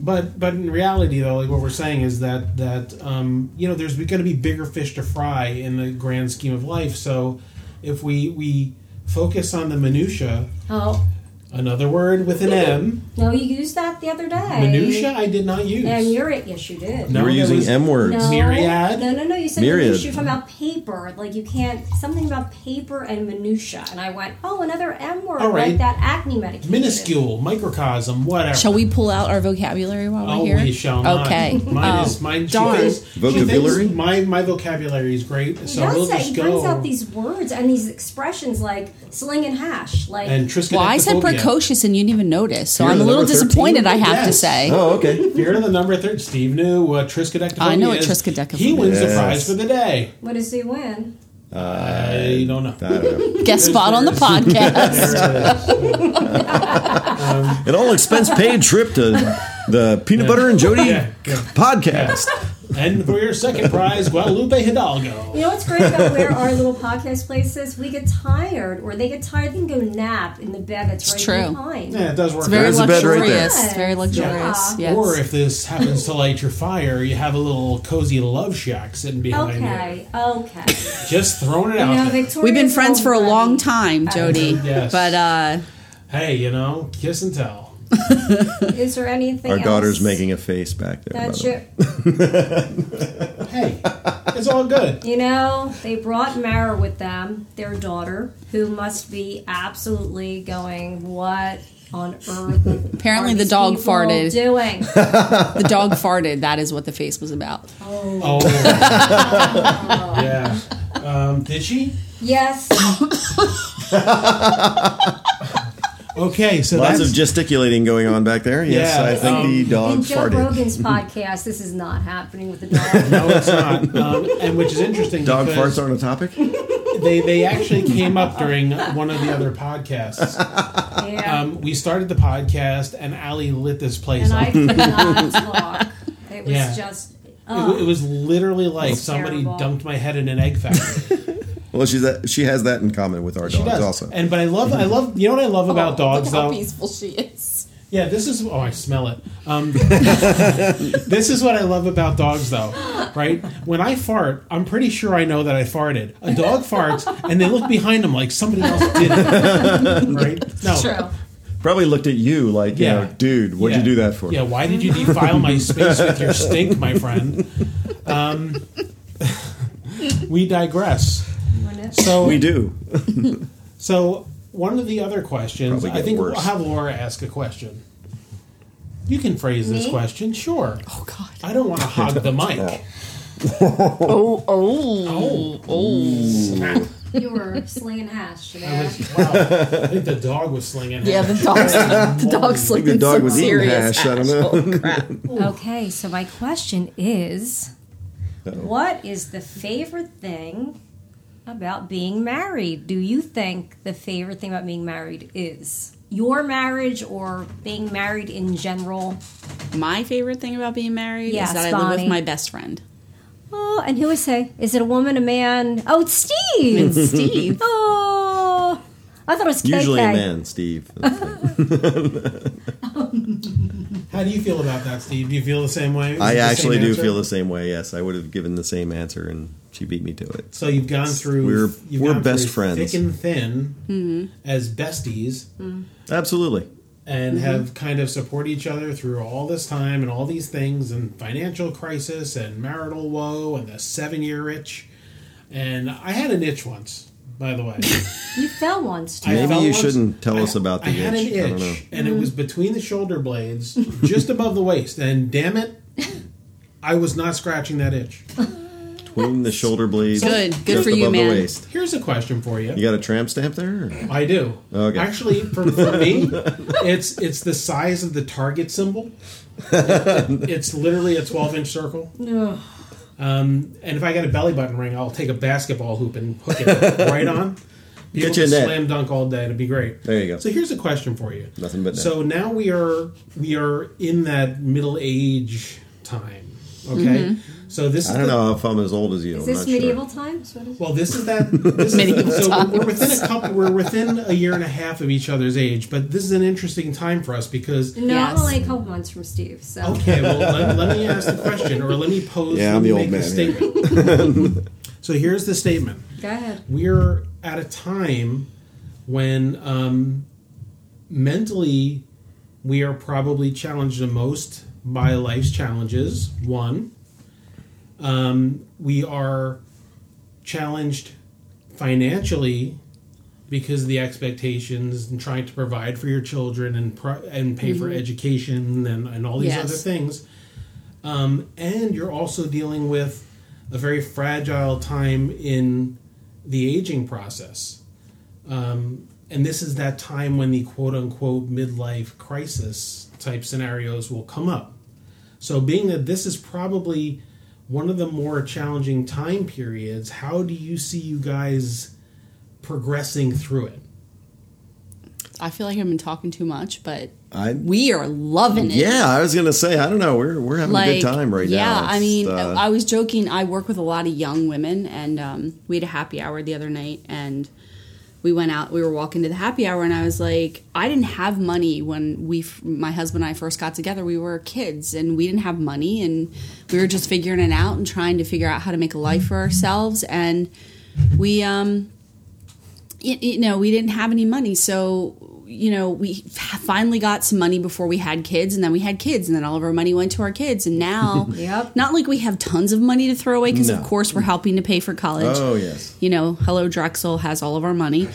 Speaker 1: But but in reality, though, like what we're saying is that that um, you know there's going to be bigger fish to fry in the grand scheme of life. So if we we focus on the minutia,
Speaker 2: Oh,
Speaker 1: another word with an M,
Speaker 2: no, you used that the other day.
Speaker 1: minutia, I did not use.
Speaker 2: And you're it. Yes, you did.
Speaker 1: No,
Speaker 4: You were
Speaker 1: that
Speaker 4: using
Speaker 1: was-
Speaker 4: M words.
Speaker 2: No,
Speaker 1: Myriad?
Speaker 2: No, no, no. You said
Speaker 4: Myriad.
Speaker 2: minutia. You're talking about paper. Like you can't something about paper and minutia. And I went, oh, another M word
Speaker 1: All right.
Speaker 2: like that acne medication.
Speaker 1: minuscule, microcosm, whatever.
Speaker 5: shall we pull out our vocabulary while we're
Speaker 1: Oh,
Speaker 5: here
Speaker 1: we shall not.
Speaker 5: okay
Speaker 1: Mine
Speaker 5: Oh,
Speaker 1: is mine. She
Speaker 5: darn.
Speaker 1: thinks, she thinks
Speaker 4: Vocabulary?
Speaker 1: my my vocabulary is great,
Speaker 2: He
Speaker 1: so
Speaker 2: does
Speaker 1: we'll
Speaker 2: that.
Speaker 1: just
Speaker 2: he
Speaker 1: go.
Speaker 2: brings out these words and these expressions like sling and hash. Like
Speaker 1: and Triscadectophobia.
Speaker 5: well i said precocious and you didn't even notice so
Speaker 4: You're
Speaker 5: i'm a
Speaker 4: the
Speaker 5: little
Speaker 4: number 13?
Speaker 5: disappointed i have to
Speaker 1: Yes.
Speaker 5: say
Speaker 4: Oh, okay.
Speaker 1: You're the number third. Steve knew what triskaidectophobia
Speaker 5: I know what
Speaker 1: is.
Speaker 5: triskaidectophobia
Speaker 1: He wins the
Speaker 4: is.
Speaker 1: prize for the day.
Speaker 2: what does he win?
Speaker 1: I don't know.
Speaker 4: I don't know.
Speaker 5: Guest spot on the podcast.
Speaker 4: An all expense paid trip to the Peanut Butter and Jody
Speaker 1: Yeah, yeah.
Speaker 4: podcast.
Speaker 1: And for your second prize, Guadalupe Hidalgo.
Speaker 2: You know what's great about where our little podcast place is? We get tired, or they get tired, they can go nap in the bed that's
Speaker 5: It's
Speaker 2: right
Speaker 5: true.
Speaker 2: behind.
Speaker 1: Yeah, it does work.
Speaker 5: It's very
Speaker 4: There's a bed right there.
Speaker 5: luxurious. It's very
Speaker 2: Yes.
Speaker 5: luxurious.
Speaker 2: Yeah.
Speaker 5: Yes.
Speaker 1: Or if this happens to light your fire, you have a little cozy love shack sitting behind
Speaker 2: Okay, okay.
Speaker 1: you. Just throwing it
Speaker 2: You
Speaker 1: out
Speaker 2: know,
Speaker 1: there.
Speaker 2: Victoria.
Speaker 3: We've been friends for a long time, Jody.
Speaker 1: Yes.
Speaker 3: But uh,
Speaker 1: hey, you know, kiss and tell.
Speaker 2: Is there anything?
Speaker 4: Our
Speaker 2: else?
Speaker 4: daughter's making a face back there. by
Speaker 2: That's
Speaker 4: the way.
Speaker 2: your,
Speaker 1: Hey, it's all good.
Speaker 2: you know, they brought Mara with them, their daughter, who must be absolutely going, "What on earth?"
Speaker 5: Apparently,
Speaker 2: are
Speaker 5: the
Speaker 2: these
Speaker 5: dog
Speaker 2: people
Speaker 5: farted.
Speaker 2: Doing.
Speaker 5: The dog farted. That is what the face was about.
Speaker 1: Oh, yeah. Um, did she?
Speaker 2: Yes.
Speaker 1: Okay, so
Speaker 4: Lots
Speaker 1: that's
Speaker 4: of gesticulating going on back there. Yes,
Speaker 1: Yeah,
Speaker 4: I think
Speaker 1: um,
Speaker 4: the dog
Speaker 2: In Joe
Speaker 4: farted.
Speaker 2: Rogan's podcast, this is not happening with the dog.
Speaker 1: no, it's not. Um, and which is interesting.
Speaker 4: Dog
Speaker 1: because
Speaker 4: farts aren't a topic.
Speaker 1: They they actually came up during one of the other podcasts.
Speaker 2: Yeah.
Speaker 1: Um, we started the podcast, and Allie lit this place
Speaker 2: and I
Speaker 1: up.
Speaker 2: could not talk. It was
Speaker 1: Yeah.
Speaker 2: just.
Speaker 1: It
Speaker 2: Oh.
Speaker 1: wa- it was literally like somebody
Speaker 2: terrible.
Speaker 1: dumped my head in an egg factory.
Speaker 4: Well, she's that, she has that in common with our
Speaker 1: She
Speaker 4: dogs
Speaker 1: does.
Speaker 4: also.
Speaker 1: And but I love I love you know what I love about
Speaker 2: Oh,
Speaker 1: dogs
Speaker 5: Oh, Look how
Speaker 1: though.
Speaker 5: peaceful she is.
Speaker 1: Yeah, this is. Oh, I smell it. Um, this is what I love about dogs, though, right? When I fart, I'm pretty sure I know that I farted. A dog farts, and they look behind them like somebody else did it. Right? No.
Speaker 2: True.
Speaker 4: Probably looked at you like,
Speaker 1: Yeah.
Speaker 4: you know, dude, what'd
Speaker 1: Yeah.
Speaker 4: you do that for?
Speaker 1: Yeah, why did you defile my space with your stink, my friend? Um, we digress. So
Speaker 4: We do.
Speaker 1: So one of the other questions,
Speaker 4: Probably
Speaker 1: I
Speaker 4: get
Speaker 1: think
Speaker 4: worse.
Speaker 1: we'll have Laura ask a question. You can phrase this
Speaker 2: Me?
Speaker 1: question, sure.
Speaker 5: Oh God.
Speaker 1: I don't want to hog the mic.
Speaker 5: Oh oh
Speaker 1: Oh.
Speaker 2: You were slinging hash today.
Speaker 1: I was- wow. I think the dog was slinging.
Speaker 5: Yeah,
Speaker 1: it.
Speaker 5: the dog's the dog's
Speaker 4: think the
Speaker 5: looking
Speaker 4: dog
Speaker 5: some
Speaker 4: was eating
Speaker 5: serious
Speaker 4: hash, I don't know.
Speaker 5: Oh, crap.
Speaker 2: Okay, so my question is what is the favorite thing about being married? Do you think the favorite thing about being married is your marriage or being married in general?
Speaker 3: my favorite thing about being married
Speaker 2: Yes,
Speaker 3: is that I live
Speaker 2: Bonnie.
Speaker 3: with my best friend.
Speaker 2: Oh, and who is say? Is it a woman, a man? Oh, it's Steve. It's Steve. oh, I thought it was KK.
Speaker 4: Usually a man, Steve.
Speaker 1: How do you feel about that, Steve? Do you feel the same way? Is it
Speaker 4: I
Speaker 1: the same
Speaker 4: actually do
Speaker 1: answer?
Speaker 4: feel the same way. Yes, I would have given the same answer, and she beat me to it.
Speaker 1: So you've gone through.
Speaker 4: We're-
Speaker 1: you've
Speaker 4: we're
Speaker 1: gone
Speaker 4: best
Speaker 1: through
Speaker 4: friends.
Speaker 1: thick and thin,
Speaker 5: Mm-hmm.
Speaker 1: as besties,
Speaker 4: Absolutely.
Speaker 1: and
Speaker 5: Mm-hmm.
Speaker 1: have kind of supported each other through all this time and all these things and financial crisis and marital woe and the seven-year itch. And I had an itch once, by the way.
Speaker 2: You fell once. Too.
Speaker 1: I
Speaker 4: Maybe
Speaker 1: fell
Speaker 4: you
Speaker 1: once-
Speaker 4: shouldn't tell
Speaker 1: I-
Speaker 4: us about the
Speaker 1: I had an
Speaker 4: itch.
Speaker 1: itch,
Speaker 4: I don't know.
Speaker 1: and it was between the shoulder blades, just above the waist. And damn it, I was not scratching that itch.
Speaker 4: Between the shoulder blades.
Speaker 5: Good. Good
Speaker 4: just
Speaker 5: for you,
Speaker 4: above
Speaker 5: man.
Speaker 4: The waist.
Speaker 1: Here's a question for you.
Speaker 4: You got a tramp stamp there? or-
Speaker 1: I do.
Speaker 4: Okay.
Speaker 1: Actually, for, for me, it's it's the size of the target symbol. It's literally a 12 inch circle.
Speaker 2: Ugh.
Speaker 1: Um, and if I got a belly button ring, I'll take a basketball hoop and hook it right on. People
Speaker 4: Get you a
Speaker 1: can
Speaker 4: net.
Speaker 1: slam dunk all day. It'd be great.
Speaker 4: There you go.
Speaker 1: So here's a question for you.
Speaker 4: Nothing but net.
Speaker 1: So now we are we are in that middle age time. Okay. So this is
Speaker 4: I don't
Speaker 1: the-
Speaker 4: know if I'm as old as you.
Speaker 2: Is
Speaker 4: I'm
Speaker 2: this
Speaker 4: not
Speaker 2: medieval
Speaker 4: Sure.
Speaker 2: times? What is it?
Speaker 1: Well, this is that. This
Speaker 5: Medieval
Speaker 1: is, so we're within a couple. We're within a year and a half of each other's age, but this is an interesting time for us because.
Speaker 2: No,
Speaker 5: Yes.
Speaker 2: I'm only a couple months from Steve. So
Speaker 4: Oh.
Speaker 1: Okay, well, let, let me ask the question, or let me pose.
Speaker 4: Yeah,
Speaker 1: let
Speaker 4: I'm
Speaker 1: me
Speaker 4: the old
Speaker 1: make
Speaker 4: man here.
Speaker 1: statement. so here's the statement:
Speaker 2: go ahead.
Speaker 1: We're at a time when um, mentally we are probably challenged the most by life's challenges. One, um, we are challenged financially because of the expectations and trying to provide for your children and pro- and pay for education and, and all these
Speaker 5: Yes.
Speaker 1: other things. Um, and you're also dealing with a very fragile time in the aging process. Um, and this is that time when the quote unquote midlife crisis type scenarios will come up. So, being that this is probably one of the more challenging time periods. How do you see you guys progressing through it?
Speaker 5: I feel like I've been talking too much, but
Speaker 4: I
Speaker 5: we are loving it.
Speaker 4: yeah, I was gonna say I don't know. We're we're having a good time right
Speaker 5: yeah,
Speaker 4: now.
Speaker 5: I
Speaker 4: It's,
Speaker 5: mean,
Speaker 4: uh,
Speaker 5: I was joking. I work with a lot of young women, and um, we had a happy hour the other night, and we went out. We were walking to the happy hour, and I was like, I didn't have money when we, f- my husband and I, first got together. We were kids, and we didn't have money, and we were just figuring it out and trying to figure out how to make a life for ourselves, and we, um, y- you know, we didn't have any money, so. You know, we f- finally got some money before we had kids, and then we had kids, and then all of our money went to our kids. And now,
Speaker 2: Yep.
Speaker 5: not like we have tons of money to throw away because,
Speaker 4: No.
Speaker 5: of course, we're helping to pay for college
Speaker 4: oh yes,
Speaker 5: you know, hello Drexel has all of our money,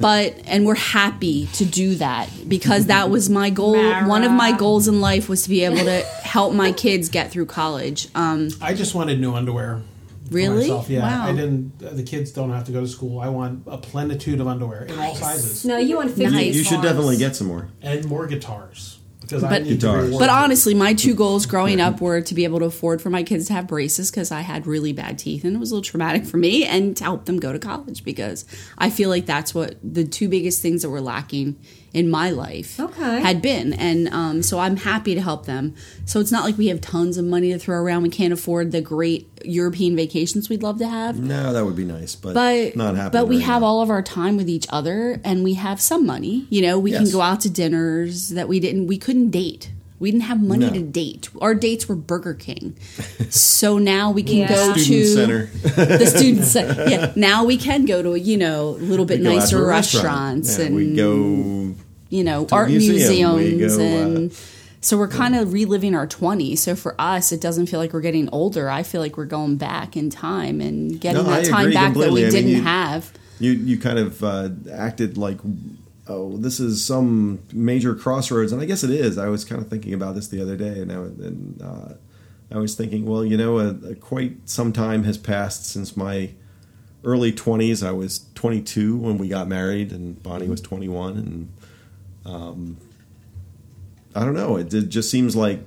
Speaker 5: but and we're happy to do that because that was my goal.
Speaker 2: Mara.
Speaker 5: One of my goals in life was to be able to help my kids get through college. Um,
Speaker 1: I just wanted new underwear. for
Speaker 5: Really?
Speaker 1: Myself. Yeah.
Speaker 5: Wow.
Speaker 1: I didn't. The kids don't have to go to school. I want a plenitude of underwear in all sizes
Speaker 2: No, you want 50
Speaker 4: You- you should
Speaker 2: songs.
Speaker 4: definitely get some more.
Speaker 1: and more guitars because I
Speaker 5: But-
Speaker 1: need
Speaker 4: Guitars.
Speaker 1: To
Speaker 5: but honestly, my two goals growing up were to be able to afford for my kids to have braces because I had really bad teeth and it was a little traumatic for me, and to help them go to college because I feel like that's what the two biggest things that were lacking in my life
Speaker 2: Okay.
Speaker 5: had been. And um, so I'm happy to help them. So it's not like we have tons of money to throw around. We can't afford the great European vacations we'd love to have.
Speaker 4: No, that would be nice, but,
Speaker 5: But
Speaker 4: not happening.
Speaker 5: But we
Speaker 4: right
Speaker 5: have
Speaker 4: now.
Speaker 5: all of our time with each other, and we have some money. You know, we
Speaker 4: Yes.
Speaker 5: can go out to dinners that we didn't. We couldn't date. We didn't have money
Speaker 4: No.
Speaker 5: to date. Our dates were Burger King. so now we can
Speaker 2: Yeah.
Speaker 5: go
Speaker 4: student
Speaker 5: to
Speaker 4: center.
Speaker 5: the student center. Yeah, now we can go to a you know a little bit
Speaker 4: We go out to
Speaker 5: nicer
Speaker 4: a restaurant.
Speaker 5: restaurants
Speaker 4: Yeah,
Speaker 5: and
Speaker 4: we go.
Speaker 5: you know art
Speaker 4: museum, we
Speaker 5: museums
Speaker 4: go, uh,
Speaker 5: and so we're kind of reliving our 20s so for us it doesn't feel like we're getting older i feel like we're going back in time and getting
Speaker 4: No, I
Speaker 5: that time
Speaker 4: agree
Speaker 5: back that
Speaker 4: completely.
Speaker 5: we
Speaker 4: I mean,
Speaker 5: didn't
Speaker 4: you-
Speaker 5: have
Speaker 4: You you kind of uh, acted like, oh, this is some major crossroads, and I guess it is. I was kind of thinking about this the other day, and I, was- and, uh, I was thinking, well, you know, uh, quite some time has passed since my early twenties. I was 22 when we got married, and Bonnie was 21, and um, I don't know. It, it just seems like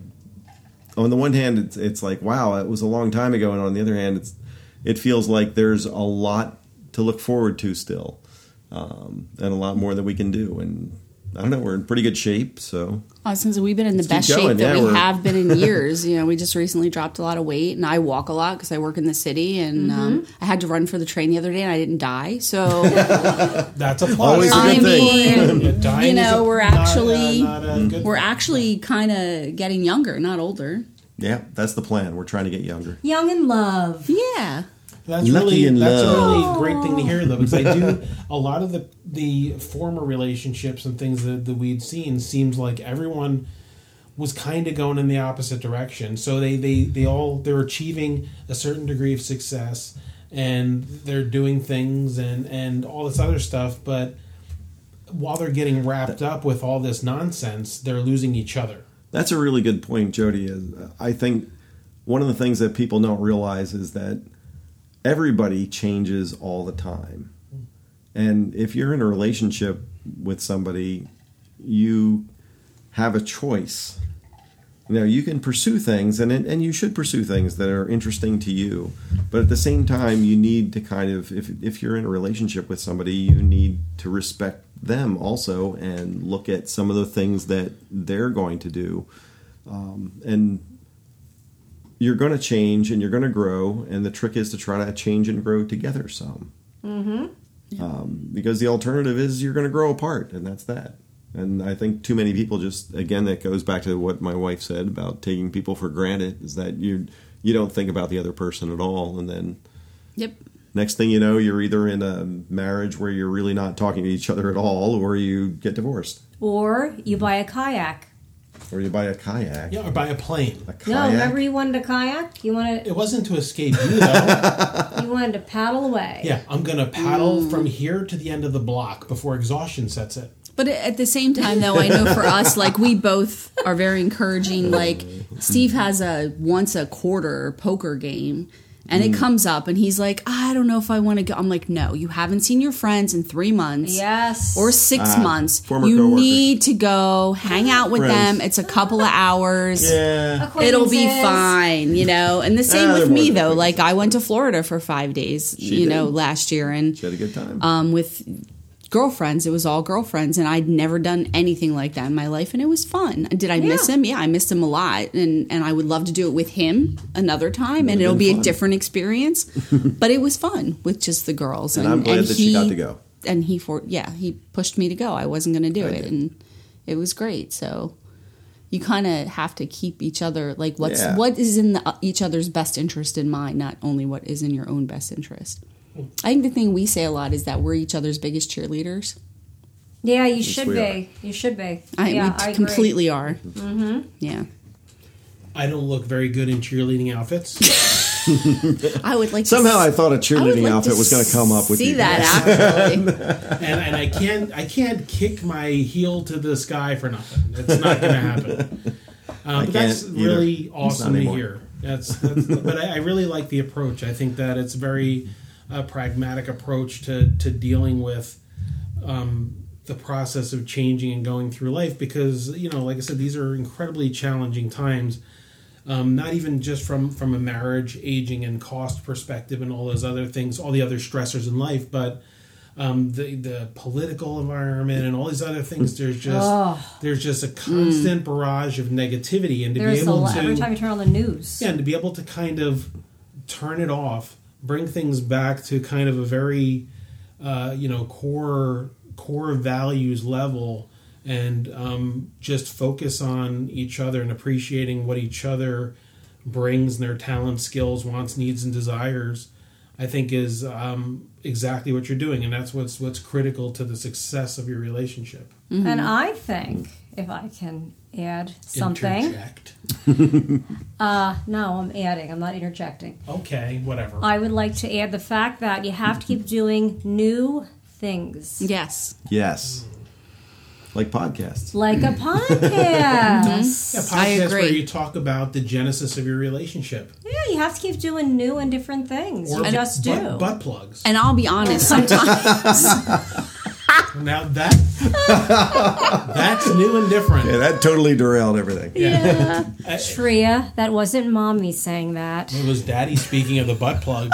Speaker 4: on the one hand, it's, it's like wow, it was a long time ago, and on the other hand, it's it feels like there's a lot to look forward to still, um, and a lot more that we can do. And I don't know, we're in pretty good shape, so
Speaker 5: Uh, since we've been in the
Speaker 4: keep
Speaker 5: best
Speaker 4: going.
Speaker 5: shape that
Speaker 4: Yeah,
Speaker 5: we
Speaker 4: we're-
Speaker 5: have been in years, you know, we just recently dropped a lot of weight, and I walk a lot because I work in the city, and um, I had to run for the train the other day, and I didn't die. So
Speaker 1: That's a plus.
Speaker 4: Always a
Speaker 5: I
Speaker 4: good thing.
Speaker 5: mean,
Speaker 1: Yeah, dying
Speaker 5: you
Speaker 1: is
Speaker 5: know,
Speaker 1: a-
Speaker 5: we're
Speaker 1: not a-
Speaker 5: actually-
Speaker 1: not a good
Speaker 5: we're
Speaker 1: thing.
Speaker 5: actually kind of getting younger, not older.
Speaker 4: yeah, that's the plan. We're trying to get younger.
Speaker 2: Young in love.
Speaker 5: Yeah,
Speaker 1: That's
Speaker 4: Lucky
Speaker 1: really
Speaker 4: in
Speaker 1: that's
Speaker 4: love.
Speaker 1: a really great thing to hear though because I do a lot of the the former relationships and things that, that we'd seen seems like everyone was kind of going in the opposite direction. So they they they all they're achieving a certain degree of success and they're doing things and and all this other stuff, but while they're getting wrapped up with all this nonsense, they're losing each other.
Speaker 4: That's a really good point, Jody. Is uh, I think one of the things that people don't realize is that everybody changes all the time. And if you're in a relationship with somebody, you have a choice. You know, you can pursue things, and and you should pursue things that are interesting to you. But at the same time, you need to kind of if if you're in a relationship with somebody, you need to respect them also and look at some of the things that they're going to do. Um, and you're going to change and you're going to grow, and the trick is to try to change and grow together some. Um, because the alternative is you're going to grow apart, and that's that. And I think too many people just again that goes back to what my wife said about taking people for granted is that you you don't think about the other person at all, and then
Speaker 5: yep.
Speaker 4: next thing you know you're either in a marriage where you're really not talking to each other at all, or you get divorced,
Speaker 2: Or you buy a kayak.
Speaker 4: or you buy a kayak.
Speaker 1: Yeah, or by a plane.
Speaker 4: A
Speaker 2: No,
Speaker 4: kayak.
Speaker 2: remember you wanted a kayak? You wanted
Speaker 1: It wasn't to escape you though.
Speaker 2: you wanted to paddle away.
Speaker 1: Yeah, I'm gonna paddle
Speaker 4: Mm.
Speaker 1: from here to the end of the block before exhaustion sets it.
Speaker 5: But at the same time, though, I know for us, like we both are very encouraging. Like Steve has a once a quarter poker game, And
Speaker 2: Mm.
Speaker 5: it comes up, and he's like, I don't know if I want to go. I'm like, no, you haven't seen your friends in three months.
Speaker 2: Yes.
Speaker 5: Or six months.
Speaker 4: Ah, former
Speaker 5: you
Speaker 4: coworkers.
Speaker 5: need to go hang out with
Speaker 4: Friends.
Speaker 5: them. It's a couple of hours.
Speaker 4: Yeah.
Speaker 5: It'll be
Speaker 2: Acquaintances.
Speaker 5: fine, you know. And the same
Speaker 4: Ah,
Speaker 5: with
Speaker 4: they're
Speaker 5: me
Speaker 4: more than
Speaker 5: though. Like
Speaker 4: acquaintances.
Speaker 5: I went to Florida for five days,
Speaker 4: She
Speaker 5: you know,
Speaker 4: did.
Speaker 5: last year, and
Speaker 4: She had a good time.
Speaker 5: um, with girlfriends. It was all girlfriends, and I'd never done anything like that in my life, and it was fun. Did I miss
Speaker 2: Yeah.
Speaker 5: him? Yeah, I missed him a lot, and and I would love to do it with him another time, and
Speaker 4: Would've
Speaker 5: it'll
Speaker 4: been
Speaker 5: be
Speaker 4: fun.
Speaker 5: a different experience. but it was fun with just the girls,
Speaker 4: And I'm glad that she got to go.
Speaker 5: And he for yeah, he pushed me to go. I wasn't going to do
Speaker 4: I
Speaker 5: it,
Speaker 4: did.
Speaker 5: and it was great. So. You kind of have to keep each other like what's
Speaker 4: Yeah.
Speaker 5: what is in the, uh, each other's best interest in mind, not only what is in your own best interest. I think the thing we say a lot is that we're each other's biggest cheerleaders.
Speaker 2: Yeah, you should
Speaker 4: we
Speaker 2: be. You should be. yeah,
Speaker 5: I, we
Speaker 2: I agree. Mm-hmm.
Speaker 5: completely are. Yeah.
Speaker 1: I don't look very good in cheerleading outfits.
Speaker 5: I would like
Speaker 4: Somehow I
Speaker 5: to,
Speaker 4: thought a
Speaker 5: would
Speaker 4: cheerleading
Speaker 5: like
Speaker 4: outfit
Speaker 5: to
Speaker 4: was going to come up with
Speaker 5: see
Speaker 4: you.
Speaker 5: that actually.
Speaker 1: and, and I can't I can't kick my heel to the sky for nothing. It's not going to happen. Um, but that's
Speaker 4: can't either.
Speaker 1: really
Speaker 4: It's not
Speaker 1: awesome to
Speaker 4: anymore.
Speaker 1: hear. That's, that's but I, I really like the approach. I think that it's very uh, pragmatic approach to to dealing with um, the process of changing and going through life because you know, like I said, these are incredibly challenging times. Um, not even just from from a marriage, aging, and cost perspective, and all those other things, all the other stressors in life, but um, the the political environment and all these other things. There's just there's just a constant barrage of negativity, and to
Speaker 2: There's
Speaker 1: be
Speaker 2: a
Speaker 1: able
Speaker 2: lot.
Speaker 1: to
Speaker 2: Every time you turn on the news.
Speaker 1: yeah, and to be able to kind of turn it off, bring things back to kind of a very, uh, you know, core core values level, and um, just focus on each other and appreciating what each other brings and their talents, skills, wants, needs, and desires. I think is um, exactly what you're doing, and that's what's what's critical to the success of your relationship.
Speaker 5: Mm-hmm.
Speaker 2: And I think, if I can add something.
Speaker 1: Interject.
Speaker 2: Uh, no, I'm adding. I'm not interjecting.
Speaker 1: Okay, whatever.
Speaker 2: I would like to add the fact that you have to keep doing new things,
Speaker 5: yes.
Speaker 4: Yes. Like podcasts.
Speaker 2: like a
Speaker 1: Yeah,
Speaker 2: podcast.
Speaker 1: podcast
Speaker 5: I agree.
Speaker 1: where you talk about the genesis of your relationship
Speaker 5: Mm-hmm.
Speaker 2: yeah, you have to keep doing new and different things. you just do.
Speaker 1: butt, butt plugs.
Speaker 5: And I'll be honest, sometimes
Speaker 1: now that that's new and
Speaker 4: Yeah,
Speaker 1: different.
Speaker 4: that totally derailed everything.
Speaker 2: Shreya, that wasn't mommy saying that.
Speaker 1: It was Daddy speaking of the butt plug.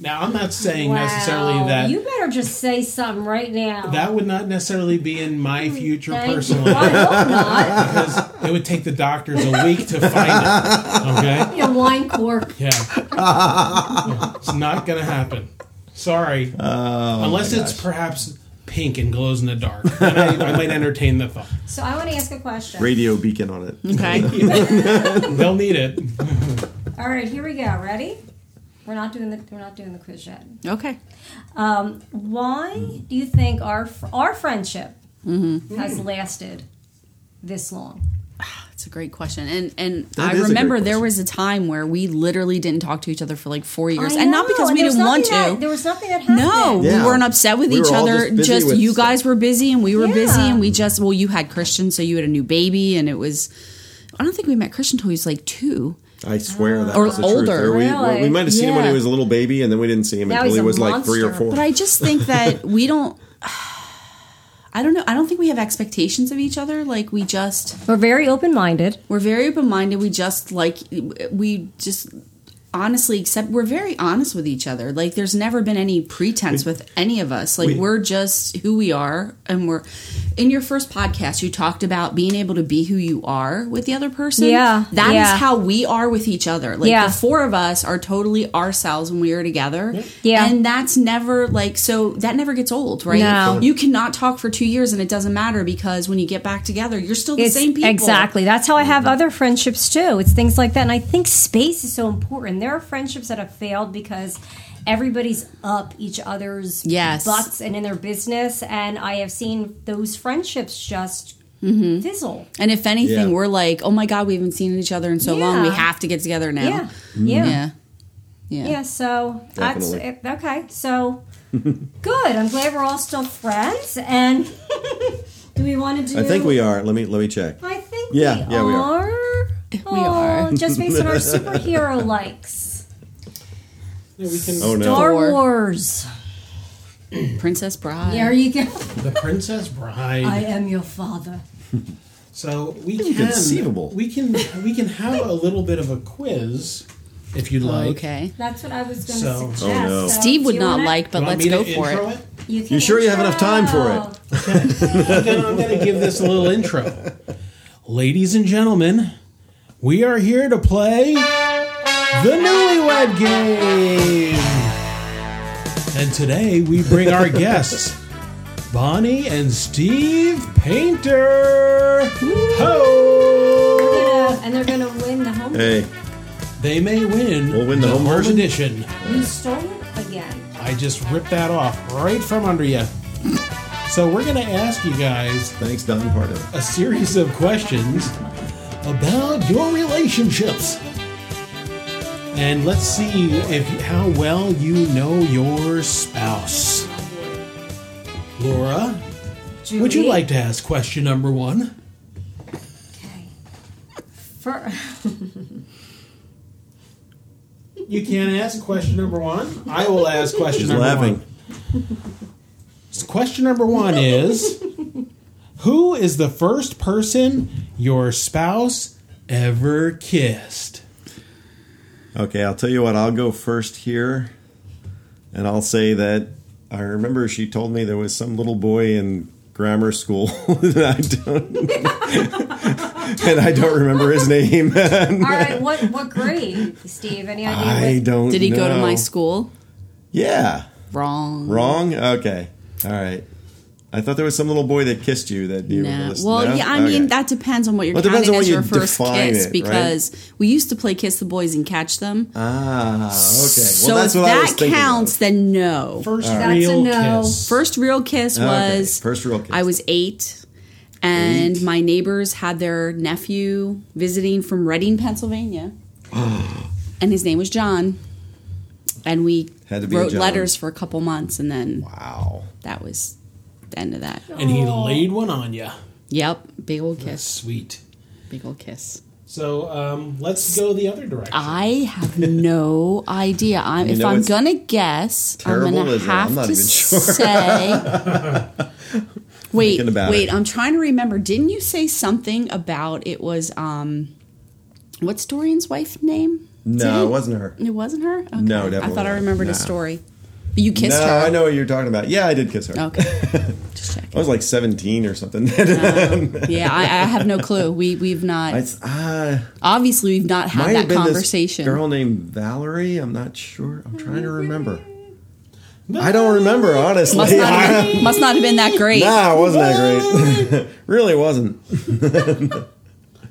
Speaker 1: now I'm not saying necessarily
Speaker 2: Wow.
Speaker 1: that
Speaker 2: you better just say something right now.
Speaker 1: that would not necessarily be in my future
Speaker 2: Thank you.
Speaker 1: personally
Speaker 2: I hope not.
Speaker 1: because it would take the doctors a week to find it. Okay,
Speaker 2: Your wine cork.
Speaker 1: yeah, it's not gonna happen. Sorry, unless it's perhaps pink and glows in the dark. Then I, I might entertain the thought.
Speaker 2: So I want to ask a question.
Speaker 4: Radio beacon on it.
Speaker 5: okay.
Speaker 1: They'll need it.
Speaker 2: All right, here we go. Ready? We're not doing the we're not doing the quiz yet.
Speaker 5: Okay.
Speaker 2: Um, why do you think our fr- our friendship
Speaker 5: Mm-hmm.
Speaker 2: has lasted this long?
Speaker 5: That's a great question. And and I
Speaker 4: That is a great
Speaker 5: remember there
Speaker 4: question.
Speaker 5: was a time time where we literally didn't talk to each other for like four years,
Speaker 2: I
Speaker 5: and
Speaker 2: know,
Speaker 5: not because
Speaker 2: and
Speaker 5: we
Speaker 2: there was
Speaker 5: didn't want to.
Speaker 2: nothing that- there was nothing that happened.
Speaker 5: no,
Speaker 4: Yeah.
Speaker 5: we weren't upset with
Speaker 4: We
Speaker 5: each
Speaker 4: were all
Speaker 5: other.
Speaker 4: just busy
Speaker 5: Just,
Speaker 4: with
Speaker 5: you
Speaker 4: stuff.
Speaker 5: guys were busy, and we were busy,
Speaker 2: Yeah.
Speaker 5: and we just well, you had Christian, so you had a new baby, and it was. I don't think we met Christian until he was like two.
Speaker 4: I swear that
Speaker 5: Or
Speaker 4: was the
Speaker 5: older.
Speaker 4: truth. Or we,
Speaker 2: Really?
Speaker 4: we might have seen him when he
Speaker 5: Yeah.
Speaker 4: was a little baby, and then we didn't see him
Speaker 2: Now
Speaker 4: until
Speaker 2: he's
Speaker 4: he
Speaker 2: a
Speaker 4: was like three or
Speaker 2: monster.
Speaker 4: four.
Speaker 5: But I just think that we don't. I don't know. I don't think we have expectations of each other. Like we just
Speaker 2: We're very open minded.
Speaker 5: we're very open minded. We just like we just honestly accept. We're very honest with each other. Like there's never been any pretense with any of us. Like
Speaker 4: we-
Speaker 5: we're just who we are, and we're. In your first podcast, you talked about being able to be who you are with the other person.
Speaker 2: Yeah,
Speaker 5: that is
Speaker 2: yeah.
Speaker 5: how we are with each other. Like
Speaker 2: Yeah.
Speaker 5: the four of us are totally ourselves when we are together.
Speaker 2: Yeah.
Speaker 5: and that's never like so that never gets old, right?
Speaker 2: No.
Speaker 5: You cannot talk for two years and it doesn't matter because when you get back together, you're still the
Speaker 2: It's
Speaker 5: same people.
Speaker 2: exactly that's how I have
Speaker 5: Mm-hmm.
Speaker 2: other friendships too. It's things like that, and I think space is so important. There are friendships that have failed because everybody's up each other's
Speaker 5: Yes.
Speaker 2: butts and in their business, and I have seen those friendships just
Speaker 5: Mm-hmm.
Speaker 2: fizzle.
Speaker 5: And if anything,
Speaker 4: Yeah.
Speaker 5: we're like, oh my God, we haven't seen each other in so long. We
Speaker 2: Yeah.
Speaker 5: have to get together now.
Speaker 2: Yeah, yeah.
Speaker 5: Yeah. Yeah.
Speaker 2: Yeah, so that's
Speaker 4: Definitely.
Speaker 2: it, okay. So good. I'm glad we're all still friends. And do we want to do?
Speaker 4: I think we are. Let me let me check.
Speaker 2: I think
Speaker 4: Yeah,
Speaker 2: we,
Speaker 4: yeah, we
Speaker 2: are.
Speaker 4: are.
Speaker 5: We are.
Speaker 2: just based on our superhero likes.
Speaker 1: Yeah, we can.
Speaker 4: Oh no!
Speaker 2: Star
Speaker 5: Thor.
Speaker 2: Wars.
Speaker 5: Princess Bride.
Speaker 2: There you go.
Speaker 1: The Princess Bride.
Speaker 2: I am your father.
Speaker 1: so we can.
Speaker 4: Inconceivable.
Speaker 1: We can. We can have a little bit of a quiz, if you'd like.
Speaker 5: Oh, Okay.
Speaker 2: That's what I was going to
Speaker 1: So-
Speaker 2: suggest.
Speaker 4: Oh, no.
Speaker 2: So,
Speaker 5: Steve
Speaker 2: do
Speaker 5: would
Speaker 2: you
Speaker 5: not
Speaker 2: wanna-
Speaker 5: like, but
Speaker 1: You want
Speaker 5: let's
Speaker 1: me to
Speaker 5: go for
Speaker 1: intro
Speaker 5: it.
Speaker 2: You, can
Speaker 4: You sure you have enough time for
Speaker 2: intro.
Speaker 4: it?
Speaker 1: then I'm going to give this a little intro. Ladies and gentlemen, we are here to play the Newlywed Game. And today we bring our guests, Bonnie and Steve Painter. Ho!
Speaker 2: Yeah, and they're going to win the home.
Speaker 4: Hey,
Speaker 1: They may win.
Speaker 4: We'll win the home
Speaker 1: home
Speaker 4: version?
Speaker 1: edition.
Speaker 2: You stole it again.
Speaker 1: I just ripped that off right from under you. So we're going to ask you guys
Speaker 4: thanks Don Pardo.
Speaker 1: a series of questions about your relationships. And let's see if how well you know your spouse. Laura, would you
Speaker 2: Julie?
Speaker 1: like to ask question number one?
Speaker 2: Okay. For,
Speaker 1: You can't ask question number one. I will ask question
Speaker 4: She's
Speaker 1: number
Speaker 4: laughing.
Speaker 1: one. So Question number one is Who is the first person your spouse ever kissed?
Speaker 4: Okay, I'll tell you what. I'll go first here, and I'll say that I remember she told me there was some little boy in grammar school that I don't, and I don't remember his name.
Speaker 2: all right, what, what grade, Steve? Any idea?
Speaker 4: I
Speaker 2: what-
Speaker 4: don't.
Speaker 5: Did he go to
Speaker 4: know.
Speaker 5: my school?
Speaker 4: Yeah.
Speaker 5: Wrong.
Speaker 4: Wrong. Okay. All right. I thought there was some little boy that kissed you that you were
Speaker 5: No.
Speaker 4: listening.
Speaker 5: Well,
Speaker 4: no?
Speaker 5: yeah, I
Speaker 4: Okay.
Speaker 5: mean that depends on what you're
Speaker 4: Well, it depends
Speaker 5: counting
Speaker 4: on
Speaker 5: as
Speaker 4: what
Speaker 5: your
Speaker 4: you
Speaker 5: first
Speaker 4: define
Speaker 5: kiss
Speaker 4: it, right?
Speaker 5: because we used to play kiss the boys and catch them.
Speaker 4: Ah, okay. Well,
Speaker 5: so
Speaker 4: that's
Speaker 5: if
Speaker 4: what I was
Speaker 5: that
Speaker 4: thinking. of.
Speaker 5: counts, then no.
Speaker 1: First
Speaker 2: That's a
Speaker 1: real
Speaker 2: no.
Speaker 1: kiss.
Speaker 5: First real kiss
Speaker 4: Okay,
Speaker 5: was
Speaker 4: first real kiss.
Speaker 5: I was eight, and my neighbors had their nephew visiting from Reading, Pennsylvania, and his name was John. And we
Speaker 4: Had to be a
Speaker 5: wrote
Speaker 4: John.
Speaker 5: letters for a couple months, and then
Speaker 4: Wow.
Speaker 5: that was the end of that.
Speaker 1: and he laid one on you.
Speaker 5: Yep, big old kiss,
Speaker 1: Sweet.
Speaker 5: big old kiss.
Speaker 1: So um, let's go the other direction.
Speaker 2: Uh-huh.
Speaker 5: I have no idea. I'm,
Speaker 4: You
Speaker 5: if
Speaker 4: know,
Speaker 5: I'm
Speaker 4: it's
Speaker 5: gonna guess, I'm
Speaker 4: terrible,
Speaker 5: gonna
Speaker 4: isn't it? I'm
Speaker 5: have
Speaker 4: not
Speaker 5: to
Speaker 4: even sure.
Speaker 5: say. wait,
Speaker 4: Thinking about
Speaker 5: wait.
Speaker 4: it.
Speaker 5: I'm trying to remember. Didn't you say something about it was um, what's Dorian's wife's name?
Speaker 4: No, it wasn't her.
Speaker 5: It wasn't her. Okay.
Speaker 4: No,
Speaker 5: I
Speaker 4: definitely
Speaker 5: thought I
Speaker 4: not.
Speaker 5: remembered
Speaker 4: No.
Speaker 5: a story. But you kissed
Speaker 4: no,
Speaker 5: her.
Speaker 4: I know what you're talking about. Yeah, I did kiss her.
Speaker 5: Okay, just check.
Speaker 4: I was like 17 or something.
Speaker 5: Yeah, I, I have no clue. We we've not
Speaker 4: It's, uh,
Speaker 5: obviously we've not had
Speaker 4: might
Speaker 5: that
Speaker 4: have been
Speaker 5: conversation.
Speaker 4: this girl named Valerie. I'm not sure. I'm trying to remember. I don't remember, honestly.
Speaker 5: Must not, have been, must not have been that great.
Speaker 4: nah, it wasn't that great. really wasn't.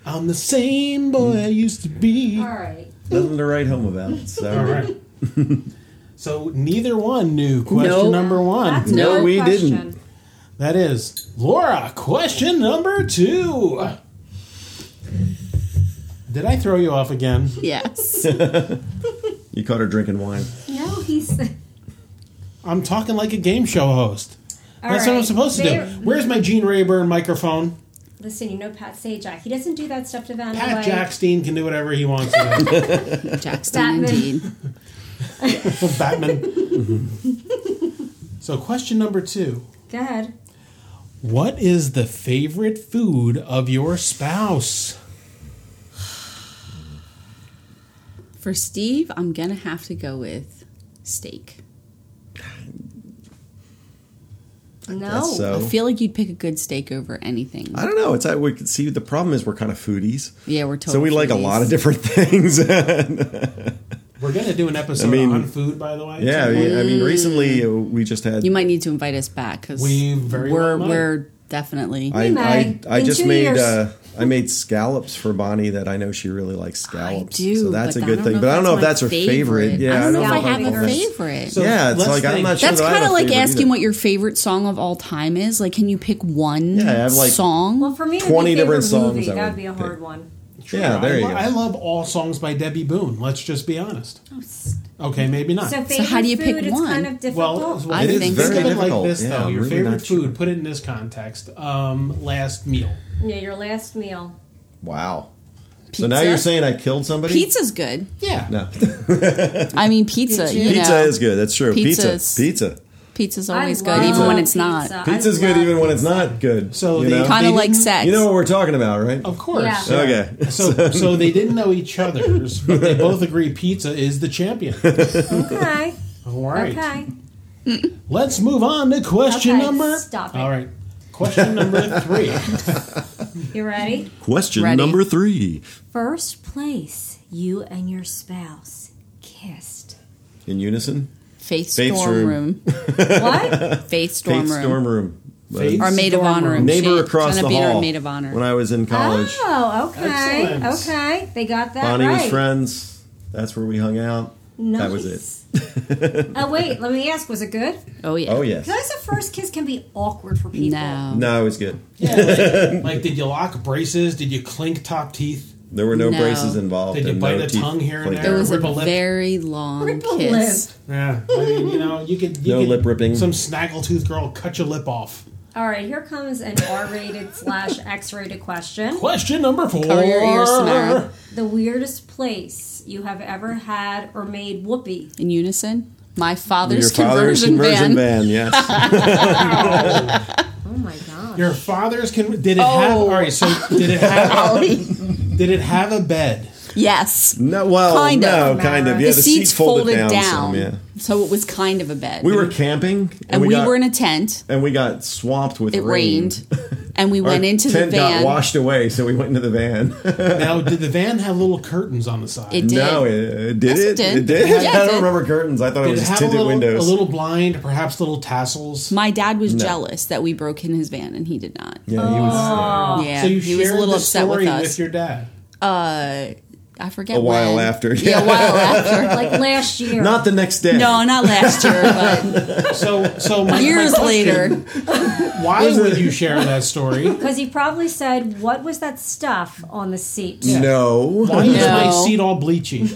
Speaker 1: I'm the same boy I used to be.
Speaker 2: all right.
Speaker 4: Nothing to write home about. So.
Speaker 1: All right. so neither one knew question
Speaker 5: Nope.
Speaker 1: number one.
Speaker 2: That's
Speaker 4: No,
Speaker 2: another
Speaker 4: we
Speaker 2: question.
Speaker 4: didn't.
Speaker 1: That is Laura. Question number two. Did I throw you off again?
Speaker 5: Yes.
Speaker 4: You caught her drinking wine.
Speaker 2: No, he's.
Speaker 1: I'm talking like a game show host. That's what I'm
Speaker 2: right.
Speaker 1: supposed to
Speaker 2: There-
Speaker 1: do. Where's my Gene Rayburn microphone?
Speaker 2: Listen, you know Pat Sajak. He doesn't do that stuff to Vanna
Speaker 1: Pat
Speaker 2: White.
Speaker 1: Jackstein can do whatever he wants. to do.
Speaker 2: Batman.
Speaker 5: Jackson, indeed.
Speaker 1: Batman. so question number two.
Speaker 2: Go ahead.
Speaker 1: What is the favorite food of your spouse?
Speaker 5: For Steve, I'm gonna have to go with steak.
Speaker 2: No.
Speaker 4: So
Speaker 5: Oh, I feel like you'd pick a good steak over anything.
Speaker 4: Oh. I don't know. It's I we could see the problem is we're kind of foodies.
Speaker 5: Yeah, we're
Speaker 4: so
Speaker 5: total
Speaker 4: we like a
Speaker 5: foodies.
Speaker 4: lot of different things.
Speaker 1: We're gonna do an episode
Speaker 4: I mean,
Speaker 1: on food, by the way.
Speaker 4: yeah, I mean, I mean, recently uh, we just had.
Speaker 5: You might need to invite us back because
Speaker 1: We very
Speaker 5: are
Speaker 1: well might.
Speaker 5: we're definitely.
Speaker 4: I,
Speaker 2: We
Speaker 4: I,
Speaker 2: might.
Speaker 4: I
Speaker 2: In
Speaker 4: just
Speaker 2: two
Speaker 4: made
Speaker 2: years.
Speaker 4: uh, I made scallops for Bonnie that I know she really likes scallops.
Speaker 5: do,
Speaker 4: so that's a
Speaker 5: but I
Speaker 4: good
Speaker 5: don't
Speaker 4: thing.
Speaker 5: know
Speaker 4: But I
Speaker 5: if
Speaker 4: don't know if that's
Speaker 5: that's
Speaker 4: her
Speaker 5: my
Speaker 4: favorite.
Speaker 5: favorite.
Speaker 4: Yeah,
Speaker 5: I don't know if I
Speaker 2: have
Speaker 4: that's
Speaker 2: a
Speaker 4: her
Speaker 5: favorite.
Speaker 1: So
Speaker 4: yeah, it's
Speaker 1: let's
Speaker 4: like I'm
Speaker 1: think.
Speaker 4: not sure.
Speaker 5: That's
Speaker 4: that I have
Speaker 5: kind of
Speaker 4: a
Speaker 5: like
Speaker 4: favorite
Speaker 5: asking
Speaker 4: either.
Speaker 5: what your favorite song of all time is. Like, can you pick one
Speaker 4: Yeah, I have, like-
Speaker 5: song?
Speaker 2: well, for me, it'd be
Speaker 4: 20
Speaker 2: favorite
Speaker 4: different songs
Speaker 2: Movie.
Speaker 4: I
Speaker 2: That'd
Speaker 4: would
Speaker 2: be a
Speaker 4: pick.
Speaker 2: hard one.
Speaker 4: Yeah, there
Speaker 1: I,
Speaker 4: you
Speaker 1: lo-
Speaker 4: go.
Speaker 1: I love all songs by Debbie Boone. Let's just be honest. Okay, maybe not.
Speaker 2: So, favorite
Speaker 5: how do you pick
Speaker 2: food is
Speaker 5: one?
Speaker 2: kind of difficult.
Speaker 1: well, well,
Speaker 5: I
Speaker 1: it is
Speaker 5: think
Speaker 1: think
Speaker 5: so.
Speaker 1: of it like
Speaker 4: Difficult.
Speaker 1: this
Speaker 4: Yeah,
Speaker 1: though.
Speaker 4: I'm
Speaker 1: Your
Speaker 4: really
Speaker 1: favorite
Speaker 4: not sure.
Speaker 1: food. Put it in this context. Um, last meal.
Speaker 2: yeah, your last meal.
Speaker 4: Wow. So now you're saying I killed somebody?
Speaker 5: Pizza's good.
Speaker 1: Yeah.
Speaker 4: No.
Speaker 5: I mean, pizza. You
Speaker 4: Pizza
Speaker 5: know,
Speaker 4: is good. That's true.
Speaker 5: Pizza's-
Speaker 4: Pizza. Pizza.
Speaker 5: pizza's always
Speaker 2: I
Speaker 5: good,
Speaker 2: love
Speaker 5: even when it's not.
Speaker 2: pizza. I
Speaker 4: Pizza's
Speaker 2: love
Speaker 4: good even when it's
Speaker 2: pizza.
Speaker 4: not good.
Speaker 1: So
Speaker 4: you
Speaker 1: they-
Speaker 4: know?
Speaker 5: Kind
Speaker 1: They
Speaker 5: of like
Speaker 1: didn't-
Speaker 5: sex.
Speaker 4: You know what we're talking about, right?
Speaker 1: Of course.
Speaker 2: Yeah.
Speaker 4: Okay.
Speaker 1: So so they didn't know each other's, but they both agree pizza is the champion.
Speaker 2: Okay.
Speaker 1: All right.
Speaker 2: Okay.
Speaker 1: Let's move on to question
Speaker 2: Okay,
Speaker 1: number.
Speaker 2: stop it.
Speaker 1: All right. Question number three.
Speaker 2: You ready?
Speaker 4: Question
Speaker 5: Ready? number
Speaker 4: three.
Speaker 2: First place you and your spouse kissed.
Speaker 4: In unison?
Speaker 5: Faith
Speaker 4: Faith's
Speaker 5: storm
Speaker 4: room.
Speaker 5: room.
Speaker 2: What?
Speaker 5: Faith storm
Speaker 4: Faith
Speaker 5: room.
Speaker 4: Storm Room.
Speaker 1: Faith
Speaker 5: Our maid of
Speaker 1: Storm
Speaker 5: honor.
Speaker 1: Room.
Speaker 4: Neighbor
Speaker 5: She-
Speaker 4: across
Speaker 5: Jenna
Speaker 4: the
Speaker 5: Beater,
Speaker 4: hall.
Speaker 5: maid of honor. Ah,
Speaker 4: When I was in college.
Speaker 2: Oh, okay.
Speaker 1: Excellent.
Speaker 2: Okay. They got that
Speaker 4: Bonnie
Speaker 2: right.
Speaker 4: was friends. That's where we hung out. That was it.
Speaker 2: it. oh wait, let me ask, was it good?
Speaker 5: Oh yeah.
Speaker 4: Oh yes.
Speaker 2: Because a first kiss can be awkward for people.
Speaker 5: No.
Speaker 4: No, it was good.
Speaker 1: Yeah, like, like, did you lock braces? Did you clink top teeth?
Speaker 4: There were no,
Speaker 5: No.
Speaker 4: braces involved.
Speaker 1: Did you
Speaker 4: and
Speaker 1: bite
Speaker 4: no
Speaker 1: a
Speaker 4: teeth
Speaker 1: tongue here and
Speaker 4: played
Speaker 1: there?
Speaker 5: It was a
Speaker 1: Rip a lip.
Speaker 5: very long
Speaker 2: Rip a
Speaker 5: kiss.
Speaker 2: lip.
Speaker 1: Yeah, I mean, you know, you could you
Speaker 4: No
Speaker 1: could-
Speaker 4: lip ripping.
Speaker 1: Some snaggletooth girl cut your lip off.
Speaker 2: All right, here comes an R-rated slash X-rated question.
Speaker 1: Question number four. Oh.
Speaker 5: Cover your ears, Samara.
Speaker 2: The weirdest place you have ever had or made whoopee.
Speaker 5: In unison. My
Speaker 4: Your
Speaker 5: father's,
Speaker 4: father's
Speaker 5: conversion,
Speaker 4: conversion
Speaker 5: van.
Speaker 4: van, yes.
Speaker 2: Oh my god.
Speaker 1: Your father's can did it have?
Speaker 5: Oh.
Speaker 1: All right, so did it have? did it have a bed?
Speaker 5: Yes.
Speaker 4: no, well,
Speaker 5: Kind of.
Speaker 4: no, kind of. Yeah, the,
Speaker 5: the seats folded, down,
Speaker 4: some, yeah.
Speaker 5: so it was kind of a bed.
Speaker 4: We were camping, and,
Speaker 5: and we,
Speaker 4: got,
Speaker 5: were in a tent.
Speaker 4: and we got swamped with
Speaker 5: It
Speaker 4: rain.
Speaker 5: rained, and we
Speaker 4: Our
Speaker 5: went into the
Speaker 4: tent
Speaker 5: van.
Speaker 4: got washed away, so we went into the van.
Speaker 1: Now, did the van have little curtains on the side?
Speaker 5: It did.
Speaker 4: no, it, it did
Speaker 5: Yes,
Speaker 4: it.
Speaker 5: it did.
Speaker 4: It did.
Speaker 5: Yeah, it
Speaker 4: I don't
Speaker 5: did.
Speaker 4: remember curtains. I thought it
Speaker 1: did
Speaker 4: was
Speaker 1: it have
Speaker 4: just
Speaker 1: a
Speaker 4: tinted
Speaker 1: little,
Speaker 4: windows.
Speaker 1: a little blind, perhaps little tassels?
Speaker 5: My dad was jealous that we broke in his van, and he did not.
Speaker 4: yeah, he was
Speaker 5: Yeah,
Speaker 1: Oh, so you
Speaker 5: he
Speaker 1: shared
Speaker 5: was a little
Speaker 1: the
Speaker 5: upset
Speaker 1: story
Speaker 5: with us.
Speaker 1: with your dad.
Speaker 5: Uh, I forget
Speaker 4: a while
Speaker 5: when.
Speaker 4: after.
Speaker 5: Yeah, a while after.
Speaker 2: Like last
Speaker 1: Oh.
Speaker 2: year.
Speaker 4: Not the next day.
Speaker 5: No, not last year, but
Speaker 1: So, so my, my
Speaker 5: years
Speaker 1: question,
Speaker 5: later.
Speaker 1: why would you share that story?
Speaker 2: Because he probably said, "What was that stuff on the seat?"
Speaker 4: No.
Speaker 1: Why is my
Speaker 5: No.
Speaker 1: seat all bleachy?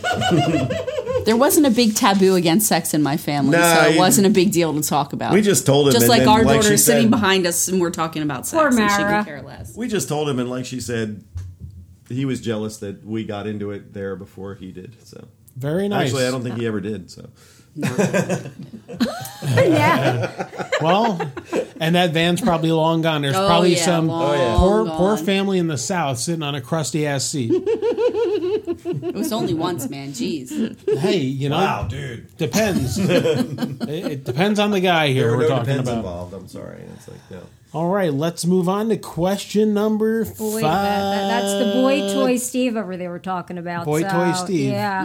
Speaker 5: There wasn't a big taboo against sex in my family,
Speaker 4: Nah,
Speaker 5: so
Speaker 4: you-
Speaker 5: it wasn't a big deal to talk about.
Speaker 4: We just told him,
Speaker 5: just
Speaker 4: and
Speaker 5: like
Speaker 4: then,
Speaker 5: our
Speaker 4: like she
Speaker 5: daughter's sitting
Speaker 4: said-
Speaker 5: behind us, and we're talking about sex,
Speaker 2: Poor
Speaker 5: and she
Speaker 2: Mara.
Speaker 5: could care less.
Speaker 4: We just told him, and like she said, he was jealous that we got into it there before he did. So
Speaker 1: Very nice.
Speaker 4: actually, I don't think he ever did. So
Speaker 2: yeah.
Speaker 1: Well, and that van's probably long gone. There's
Speaker 5: Oh,
Speaker 1: probably
Speaker 5: yeah,
Speaker 1: some
Speaker 5: long
Speaker 1: poor poor
Speaker 5: gone.
Speaker 1: family in the South sitting on a crusty ass seat.
Speaker 5: It was only once, man. Jeez,
Speaker 1: hey, you know,
Speaker 4: dude,
Speaker 1: depends. it, it depends on the guy here
Speaker 4: there were
Speaker 1: we're
Speaker 4: no
Speaker 1: talking
Speaker 4: depends
Speaker 1: about.
Speaker 4: involved. I'm sorry. It's like no.
Speaker 1: All right, let's move on to question number five.
Speaker 2: Well, wait a minute. That- that's the boy toy Steve over there we're talking about.
Speaker 1: Boy
Speaker 2: so,
Speaker 1: toy Steve.
Speaker 2: Yeah.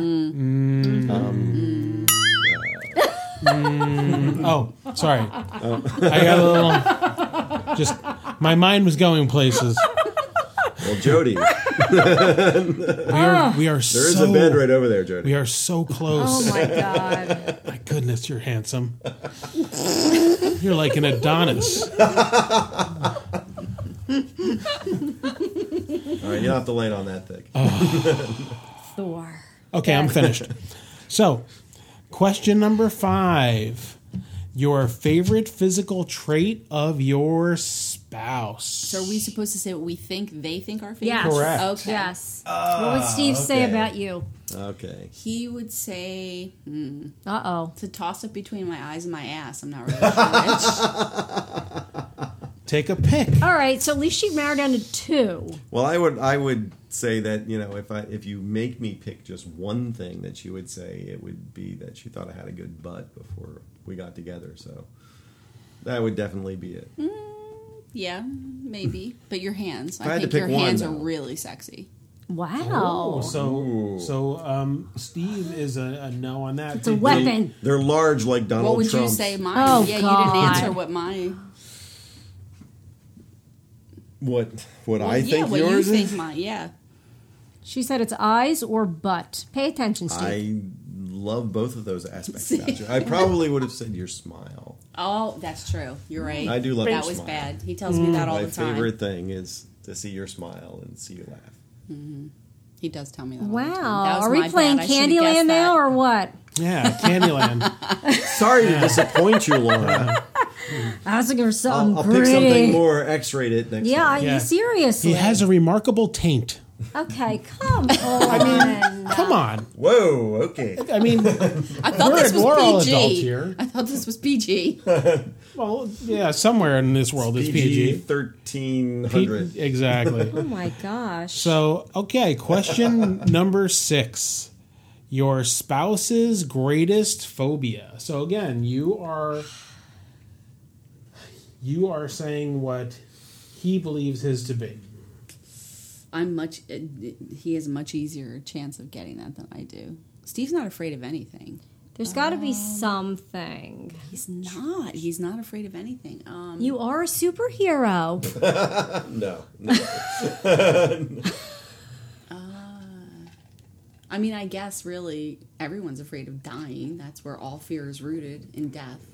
Speaker 1: Oh, sorry.
Speaker 4: Oh.
Speaker 1: I got a little. Just my mind was going places.
Speaker 4: Well, Jody, there
Speaker 1: We are we are
Speaker 4: is
Speaker 1: so
Speaker 4: a bed right over there, Jody.
Speaker 1: we are so
Speaker 2: Oh
Speaker 1: close.
Speaker 2: my god.
Speaker 1: my goodness, you're handsome. you're like an Adonis.
Speaker 4: All right, you don't have to lean on that thick.
Speaker 1: Uh,
Speaker 2: Thor.
Speaker 1: Okay, I'm finished. So, question number five. Your favorite physical trait of your spouse.
Speaker 5: so are we supposed to say what we think they think our favorite?
Speaker 2: Yes.
Speaker 1: Correct. Ah,
Speaker 5: Okay.
Speaker 2: Yes. what would Steve say
Speaker 4: okay.
Speaker 2: about you?
Speaker 4: Okay.
Speaker 5: He would say
Speaker 2: Uh oh.
Speaker 5: it's a toss up between my eyes and my ass. I'm not really sure. which.
Speaker 1: Take a pick.
Speaker 2: All right. So at least she married down to two.
Speaker 4: Well, I would I would say that you know if I if you make me pick just one thing that she would say, it would be that she thought I had a good butt before we got together. So that would definitely be it.
Speaker 5: Mm-hmm. Yeah, maybe. But your hands.
Speaker 4: I
Speaker 5: I,
Speaker 4: had to
Speaker 5: think
Speaker 4: pick
Speaker 5: your
Speaker 4: one,
Speaker 5: hands
Speaker 4: though.
Speaker 5: are really sexy.
Speaker 2: Wow.
Speaker 1: Oh, So, so um, Steve is a, a no on that.
Speaker 2: It's a weapon.
Speaker 4: They're large like Donald
Speaker 5: What would
Speaker 4: Trump's.
Speaker 5: you say mine?
Speaker 2: Oh,
Speaker 5: yeah, you
Speaker 2: God.
Speaker 5: didn't answer what mine.
Speaker 4: What what I
Speaker 5: Well, yeah,
Speaker 4: think
Speaker 5: what
Speaker 4: yours
Speaker 5: you
Speaker 4: is?
Speaker 5: think mine. Yeah.
Speaker 2: She said it's eyes or butt. Pay attention, Steve.
Speaker 4: I love both of those aspects about you. I probably would have said your smile.
Speaker 5: Oh, that's true. You're right.
Speaker 4: Mm. I do love
Speaker 5: that
Speaker 4: your
Speaker 5: was
Speaker 4: smile.
Speaker 5: bad. He tells
Speaker 2: Mm.
Speaker 5: me that all
Speaker 4: My
Speaker 5: the time.
Speaker 4: favorite thing is to see your smile and see you laugh.
Speaker 5: He does tell me that. All the time. That
Speaker 2: wow.
Speaker 5: was
Speaker 2: Are we
Speaker 5: my
Speaker 2: playing
Speaker 5: bad. I should've guessed
Speaker 2: Candyland now
Speaker 5: that.
Speaker 2: or what?
Speaker 1: Yeah, Candyland.
Speaker 4: Sorry to disappoint you, Laura.
Speaker 2: I was looking for something
Speaker 4: I'll, I'll
Speaker 2: pretty.
Speaker 4: pick something more X-rated next
Speaker 2: Yeah,
Speaker 4: time.
Speaker 2: are
Speaker 1: Yeah.
Speaker 2: you seriously?
Speaker 1: he has a remarkable taint.
Speaker 2: Okay, come on. I mean,
Speaker 1: Come on.
Speaker 4: Whoa, okay.
Speaker 1: I mean,
Speaker 5: I thought
Speaker 1: We're-
Speaker 5: this was
Speaker 1: we're
Speaker 5: PG.
Speaker 1: all adults here.
Speaker 5: I thought this was PG.
Speaker 1: well, yeah, somewhere in this world is
Speaker 4: PG
Speaker 1: PG.
Speaker 4: thirteen
Speaker 1: P-
Speaker 4: hundred.
Speaker 1: exactly.
Speaker 2: Oh my gosh.
Speaker 1: So, okay, question number six Your spouse's greatest phobia. So, again, you are. You are saying what he believes his to be.
Speaker 5: I'm much. Uh, he has a much easier chance of getting that than I do. Steve's not afraid of anything.
Speaker 2: There's got to be something.
Speaker 5: He's not. He's not afraid of anything. Um,
Speaker 2: You are a superhero.
Speaker 4: No, no.
Speaker 5: I mean, I guess really everyone's afraid of dying. That's where all fear is rooted in death.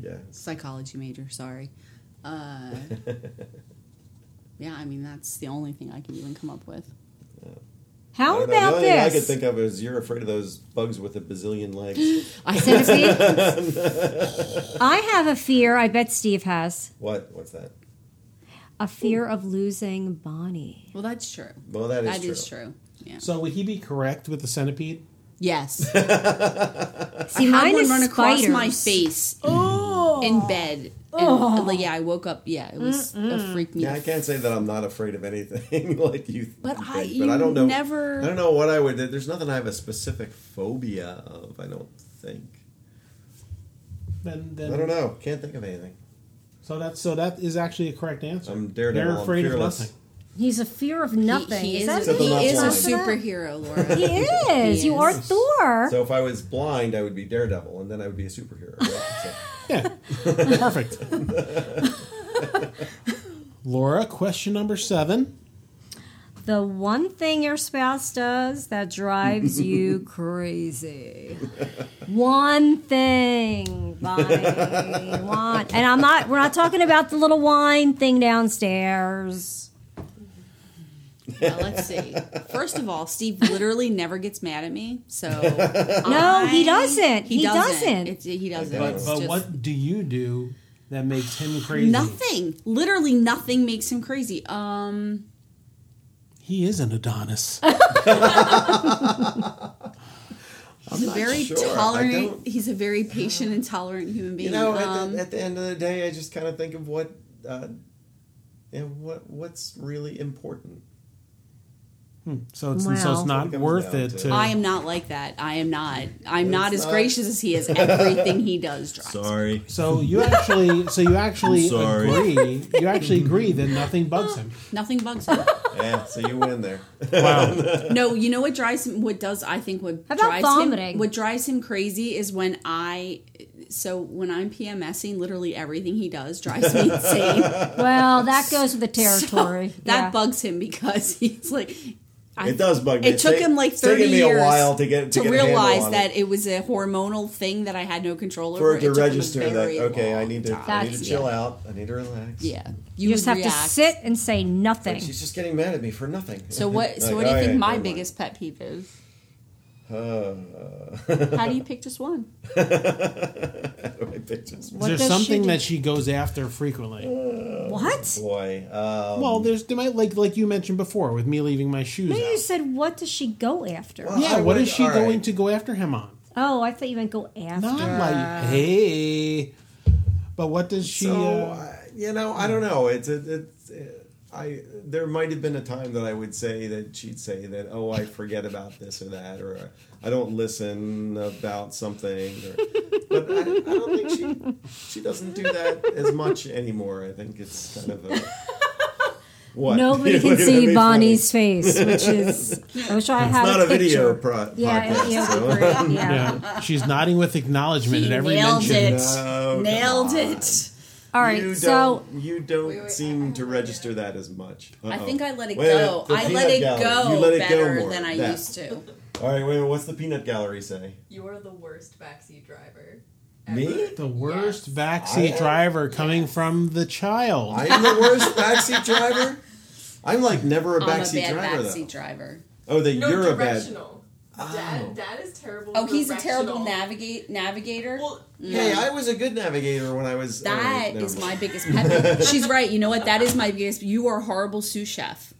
Speaker 4: yeah.
Speaker 5: Psychology major, sorry. Uh, yeah, I mean that's the only thing I can even come up with.
Speaker 4: I
Speaker 2: How
Speaker 4: don't know. The
Speaker 2: about
Speaker 4: only thing I
Speaker 2: this?
Speaker 4: could think of is you're afraid of those bugs with a bazillion legs.
Speaker 2: I said to Steve, I have a fear. I bet Steve has
Speaker 4: what? What's that?
Speaker 2: a fear of losing Bonnie.
Speaker 5: Well, that's true.
Speaker 4: Well, that is
Speaker 5: That
Speaker 4: true.
Speaker 5: is true. Yeah.
Speaker 1: So, would he be correct with the centipede?
Speaker 5: Yes.
Speaker 2: See,
Speaker 5: I had
Speaker 2: mine
Speaker 5: one
Speaker 2: is
Speaker 5: run across
Speaker 2: spiders.
Speaker 5: my face
Speaker 4: Oh.
Speaker 5: in bed. And, like, yeah, I woke up. Yeah, it was a freak me.
Speaker 4: Yeah, I can't say that I'm not afraid of anything like you.
Speaker 5: But
Speaker 4: think,
Speaker 5: I-
Speaker 4: but I
Speaker 5: you
Speaker 4: don't know.
Speaker 5: never-
Speaker 4: I don't know what I would. There's nothing I have a specific phobia of. I don't think.
Speaker 1: Then,
Speaker 4: I
Speaker 1: then
Speaker 4: don't know. Can't think of anything.
Speaker 1: so that so that is actually a correct answer.
Speaker 4: I'm daredevil.
Speaker 1: They're afraid
Speaker 4: I'm
Speaker 1: of
Speaker 4: fearless.
Speaker 1: nothing.
Speaker 2: He's a fear of nothing.
Speaker 5: He, he
Speaker 2: is
Speaker 5: is,
Speaker 2: that
Speaker 4: Except
Speaker 5: he
Speaker 4: I'm not
Speaker 5: is
Speaker 4: blind.
Speaker 5: a superhero, Laura.
Speaker 2: He is.
Speaker 5: He
Speaker 2: You are
Speaker 5: is.
Speaker 2: Thor.
Speaker 4: So if I was blind, I would be daredevil, and then I would be a superhero. Right? So,
Speaker 1: Yeah. Perfect. Laura, question number seven.
Speaker 2: the one thing your spouse does that drives you crazy. one thing, Bonnie. One. And I'm not. We're not talking about the little wine thing downstairs.
Speaker 5: Well, let's see. First of all, Steve literally never gets mad at me, so
Speaker 2: No, he
Speaker 5: I-
Speaker 2: doesn't. He doesn't.
Speaker 5: It's- he doesn't.
Speaker 4: But-
Speaker 5: It's
Speaker 1: But
Speaker 5: just-
Speaker 1: what do you do that makes him crazy?
Speaker 5: Nothing. Literally nothing makes him crazy. Um,
Speaker 1: He is an Adonis.
Speaker 5: he's a very
Speaker 4: sure. I
Speaker 5: tolerant.
Speaker 4: don't-
Speaker 5: He's a very patient and tolerant human being.
Speaker 4: you know, at,
Speaker 5: um,
Speaker 4: the, at the end of the day, I just kind of think of what, uh, you know, what what's really important.
Speaker 1: So it's so
Speaker 2: Wow.
Speaker 1: it's not
Speaker 4: It comes
Speaker 1: worth
Speaker 4: down
Speaker 1: it
Speaker 4: to-
Speaker 1: to.
Speaker 5: I am not like that. I am not. I'm not as
Speaker 4: not-
Speaker 5: gracious as he is. Everything he does drives.
Speaker 4: Sorry.
Speaker 1: so you actually, so you actually
Speaker 4: sorry.
Speaker 1: agree. You actually agree that nothing bugs him.
Speaker 5: Nothing bugs him.
Speaker 4: Yeah. So you win there.
Speaker 1: Wow.
Speaker 5: no, you know what drives him? What does I think what
Speaker 2: How about
Speaker 5: drives
Speaker 2: vomiting?
Speaker 5: him? What drives him crazy is when I. So when I'm PMSing, literally everything he does drives me insane.
Speaker 2: Well, that goes with the
Speaker 5: So
Speaker 2: territory.
Speaker 5: that
Speaker 2: Yeah.
Speaker 5: bugs him because he's like. I-
Speaker 4: It does bug me.
Speaker 5: It
Speaker 4: It's
Speaker 5: took
Speaker 4: ta-
Speaker 5: him like
Speaker 4: it's
Speaker 5: thirty
Speaker 4: taken me a
Speaker 5: years
Speaker 4: while to get- to get a handle
Speaker 5: realize
Speaker 4: on
Speaker 5: that
Speaker 4: it.
Speaker 5: it. was a hormonal thing that I had no control
Speaker 4: for
Speaker 5: over.
Speaker 4: it to
Speaker 5: took him a
Speaker 4: register that
Speaker 5: very
Speaker 4: okay, I
Speaker 5: long
Speaker 4: need to I
Speaker 5: time.
Speaker 4: need to
Speaker 2: That's-
Speaker 4: chill out. I need to relax.
Speaker 5: Yeah,
Speaker 2: You just have
Speaker 5: would
Speaker 2: to
Speaker 5: react.
Speaker 2: sit and say
Speaker 4: Like,
Speaker 2: nothing.
Speaker 4: she's just getting mad at me for nothing.
Speaker 5: So what? So
Speaker 4: Like,
Speaker 5: what do you
Speaker 4: all
Speaker 5: think
Speaker 4: right,
Speaker 5: my
Speaker 4: never mind.
Speaker 5: biggest pet peeve is?
Speaker 4: Uh,
Speaker 5: How do you pick just one?
Speaker 4: my pictures.
Speaker 2: What
Speaker 1: Is there
Speaker 2: does she
Speaker 1: something
Speaker 2: do?
Speaker 1: that she goes after frequently?
Speaker 2: what?
Speaker 4: Boy, um,
Speaker 1: Well, there's there might like like you mentioned before with me leaving my shoes.
Speaker 2: No, you
Speaker 1: out.
Speaker 2: said what does she go after?
Speaker 4: Well,
Speaker 1: Yeah,
Speaker 4: I
Speaker 1: what
Speaker 4: would-
Speaker 1: is she
Speaker 4: all right.
Speaker 1: going to go after him on?
Speaker 2: Oh, I thought you meant go after.
Speaker 1: Not like hey, but what does she?
Speaker 4: so
Speaker 1: uh,
Speaker 4: I- you know, I don't know. It's a, it's uh, I there might have been a time that I would say that she'd say that oh I forget about this or that or I don't listen about something. Or, but I, I don't think she she doesn't do that as much anymore. I think it's kind of a what
Speaker 2: Nobody
Speaker 4: You're
Speaker 2: can
Speaker 4: looking at me
Speaker 2: see
Speaker 4: funny.
Speaker 2: Bonnie's face, which is I wish I had
Speaker 4: It's not a
Speaker 2: picture.
Speaker 4: video pro-
Speaker 2: Yeah,
Speaker 4: podcast.
Speaker 2: yeah,
Speaker 4: so-
Speaker 2: great, yeah.
Speaker 1: yeah, she's nodding with acknowledgement at every
Speaker 5: nailed
Speaker 1: mention.
Speaker 5: it.
Speaker 4: No, come
Speaker 5: Nailed
Speaker 4: on.
Speaker 5: it.
Speaker 2: All right,
Speaker 4: you
Speaker 2: so
Speaker 4: don't, you don't seem to register that as much.
Speaker 5: I
Speaker 4: Uh-oh.
Speaker 5: think I let it
Speaker 4: Wait a minute,
Speaker 5: go.
Speaker 4: the
Speaker 5: I
Speaker 4: peanut
Speaker 5: let it
Speaker 4: gallery.
Speaker 5: go
Speaker 4: You let it go
Speaker 5: better
Speaker 4: more.
Speaker 5: than I
Speaker 4: That.
Speaker 5: used to.
Speaker 4: All right, wait. a minute, What's the peanut gallery say?
Speaker 6: You are the worst backseat driver.
Speaker 4: Me?
Speaker 1: The worst
Speaker 4: I
Speaker 1: backseat
Speaker 4: am-
Speaker 1: driver coming from the child.
Speaker 4: I am the worst backseat driver. I'm like never a
Speaker 5: I'm a
Speaker 4: backseat
Speaker 5: bad
Speaker 4: driver
Speaker 5: backseat
Speaker 4: though.
Speaker 5: driver.
Speaker 4: Oh, that
Speaker 6: No,
Speaker 4: you're a bad. Oh.
Speaker 6: directional. Dad, Dad is terrible.
Speaker 5: Oh, he's a terrible
Speaker 6: directional.
Speaker 5: navigate navigator.
Speaker 6: Well,
Speaker 4: Hey, I was a good navigator when I was.
Speaker 5: That
Speaker 4: oh, never
Speaker 5: is
Speaker 4: mind.
Speaker 5: my biggest pet peeve. She's right. You know what? That is my biggest. You are a horrible sous chef.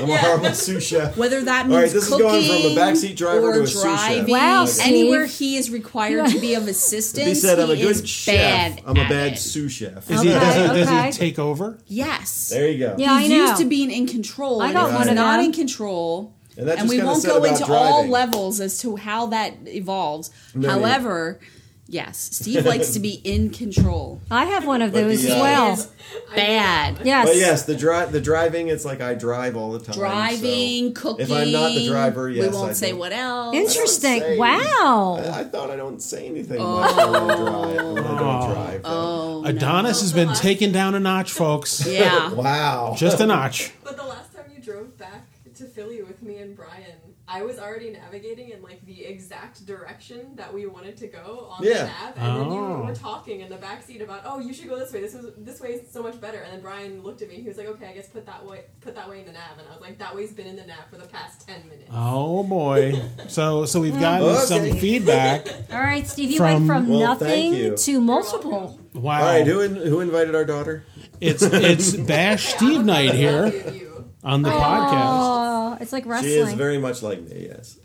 Speaker 4: I'm a horrible sous chef.
Speaker 5: Whether that
Speaker 4: All
Speaker 5: means
Speaker 4: right, this is
Speaker 5: cooking
Speaker 4: going from a backseat driver
Speaker 5: or
Speaker 4: to a sous chef.
Speaker 5: driving,
Speaker 2: Wow,
Speaker 5: Okay.
Speaker 2: Steve.
Speaker 5: anywhere he is required to be of assistance,
Speaker 4: He said, "I'm a
Speaker 5: he is
Speaker 4: good chef.
Speaker 5: bad
Speaker 4: I'm a
Speaker 5: at
Speaker 4: bad
Speaker 5: it."
Speaker 4: sous chef."
Speaker 1: Does, he, does, he, does
Speaker 2: okay.
Speaker 1: he take over?
Speaker 5: Yes,
Speaker 4: There you go.
Speaker 2: Yeah, I
Speaker 5: he's
Speaker 2: know.
Speaker 5: used to being in control.
Speaker 2: I
Speaker 5: and
Speaker 2: got
Speaker 5: if
Speaker 2: one
Speaker 5: he's
Speaker 2: of
Speaker 5: not
Speaker 2: them.
Speaker 5: in control,
Speaker 4: And that
Speaker 5: and,
Speaker 4: just
Speaker 5: we
Speaker 4: kinda
Speaker 5: won't
Speaker 4: said
Speaker 5: go
Speaker 4: about
Speaker 5: into all
Speaker 4: driving.
Speaker 5: levels as to how that evolves.
Speaker 4: No,
Speaker 5: However, yes, Steve likes to be in control.
Speaker 2: I have one of
Speaker 4: But
Speaker 2: those
Speaker 4: the,
Speaker 2: as
Speaker 4: uh,
Speaker 2: well.
Speaker 5: Bad
Speaker 2: Yes.
Speaker 4: But yes, the dri- the driving. It's like I drive all the time. so
Speaker 5: driving, cooking.
Speaker 4: If I'm not the driver, yes,
Speaker 5: we won't
Speaker 4: I
Speaker 5: say
Speaker 4: do.
Speaker 5: what else.
Speaker 2: Interesting.
Speaker 4: say.
Speaker 2: wow.
Speaker 4: I, I thought I don't say anything much when I drive. When I don't drive.
Speaker 5: Oh,
Speaker 1: Adonis has been taken down a notch, folks.
Speaker 5: yeah.
Speaker 4: Wow.
Speaker 1: Just a notch.
Speaker 6: But the last time you drove back to Philly with me and Brian, I was already navigating in like the exact direction that we wanted to go on
Speaker 4: Yeah.
Speaker 6: the map, and then
Speaker 1: Oh.
Speaker 6: you were talking in the backseat about, oh, you should go this way. This was this way is so much better. And then Brian looked at me. He was like, okay, I guess put that way put that way in the nav. And I was like, that way's been in the nav for the past ten minutes.
Speaker 1: Oh boy. So so we've gotten
Speaker 4: Okay.
Speaker 1: some feedback.
Speaker 2: All right, Steve, you
Speaker 1: From-
Speaker 2: went from
Speaker 4: Well, thank you.
Speaker 2: nothing to multiple.
Speaker 1: Wow.
Speaker 4: All right. Who in, who invited our daughter?
Speaker 1: It's it's Bash Steve night here
Speaker 6: You.
Speaker 1: on the podcast.
Speaker 2: Oh, it's like
Speaker 4: She is
Speaker 2: wrestling.
Speaker 4: very much like me. Yes.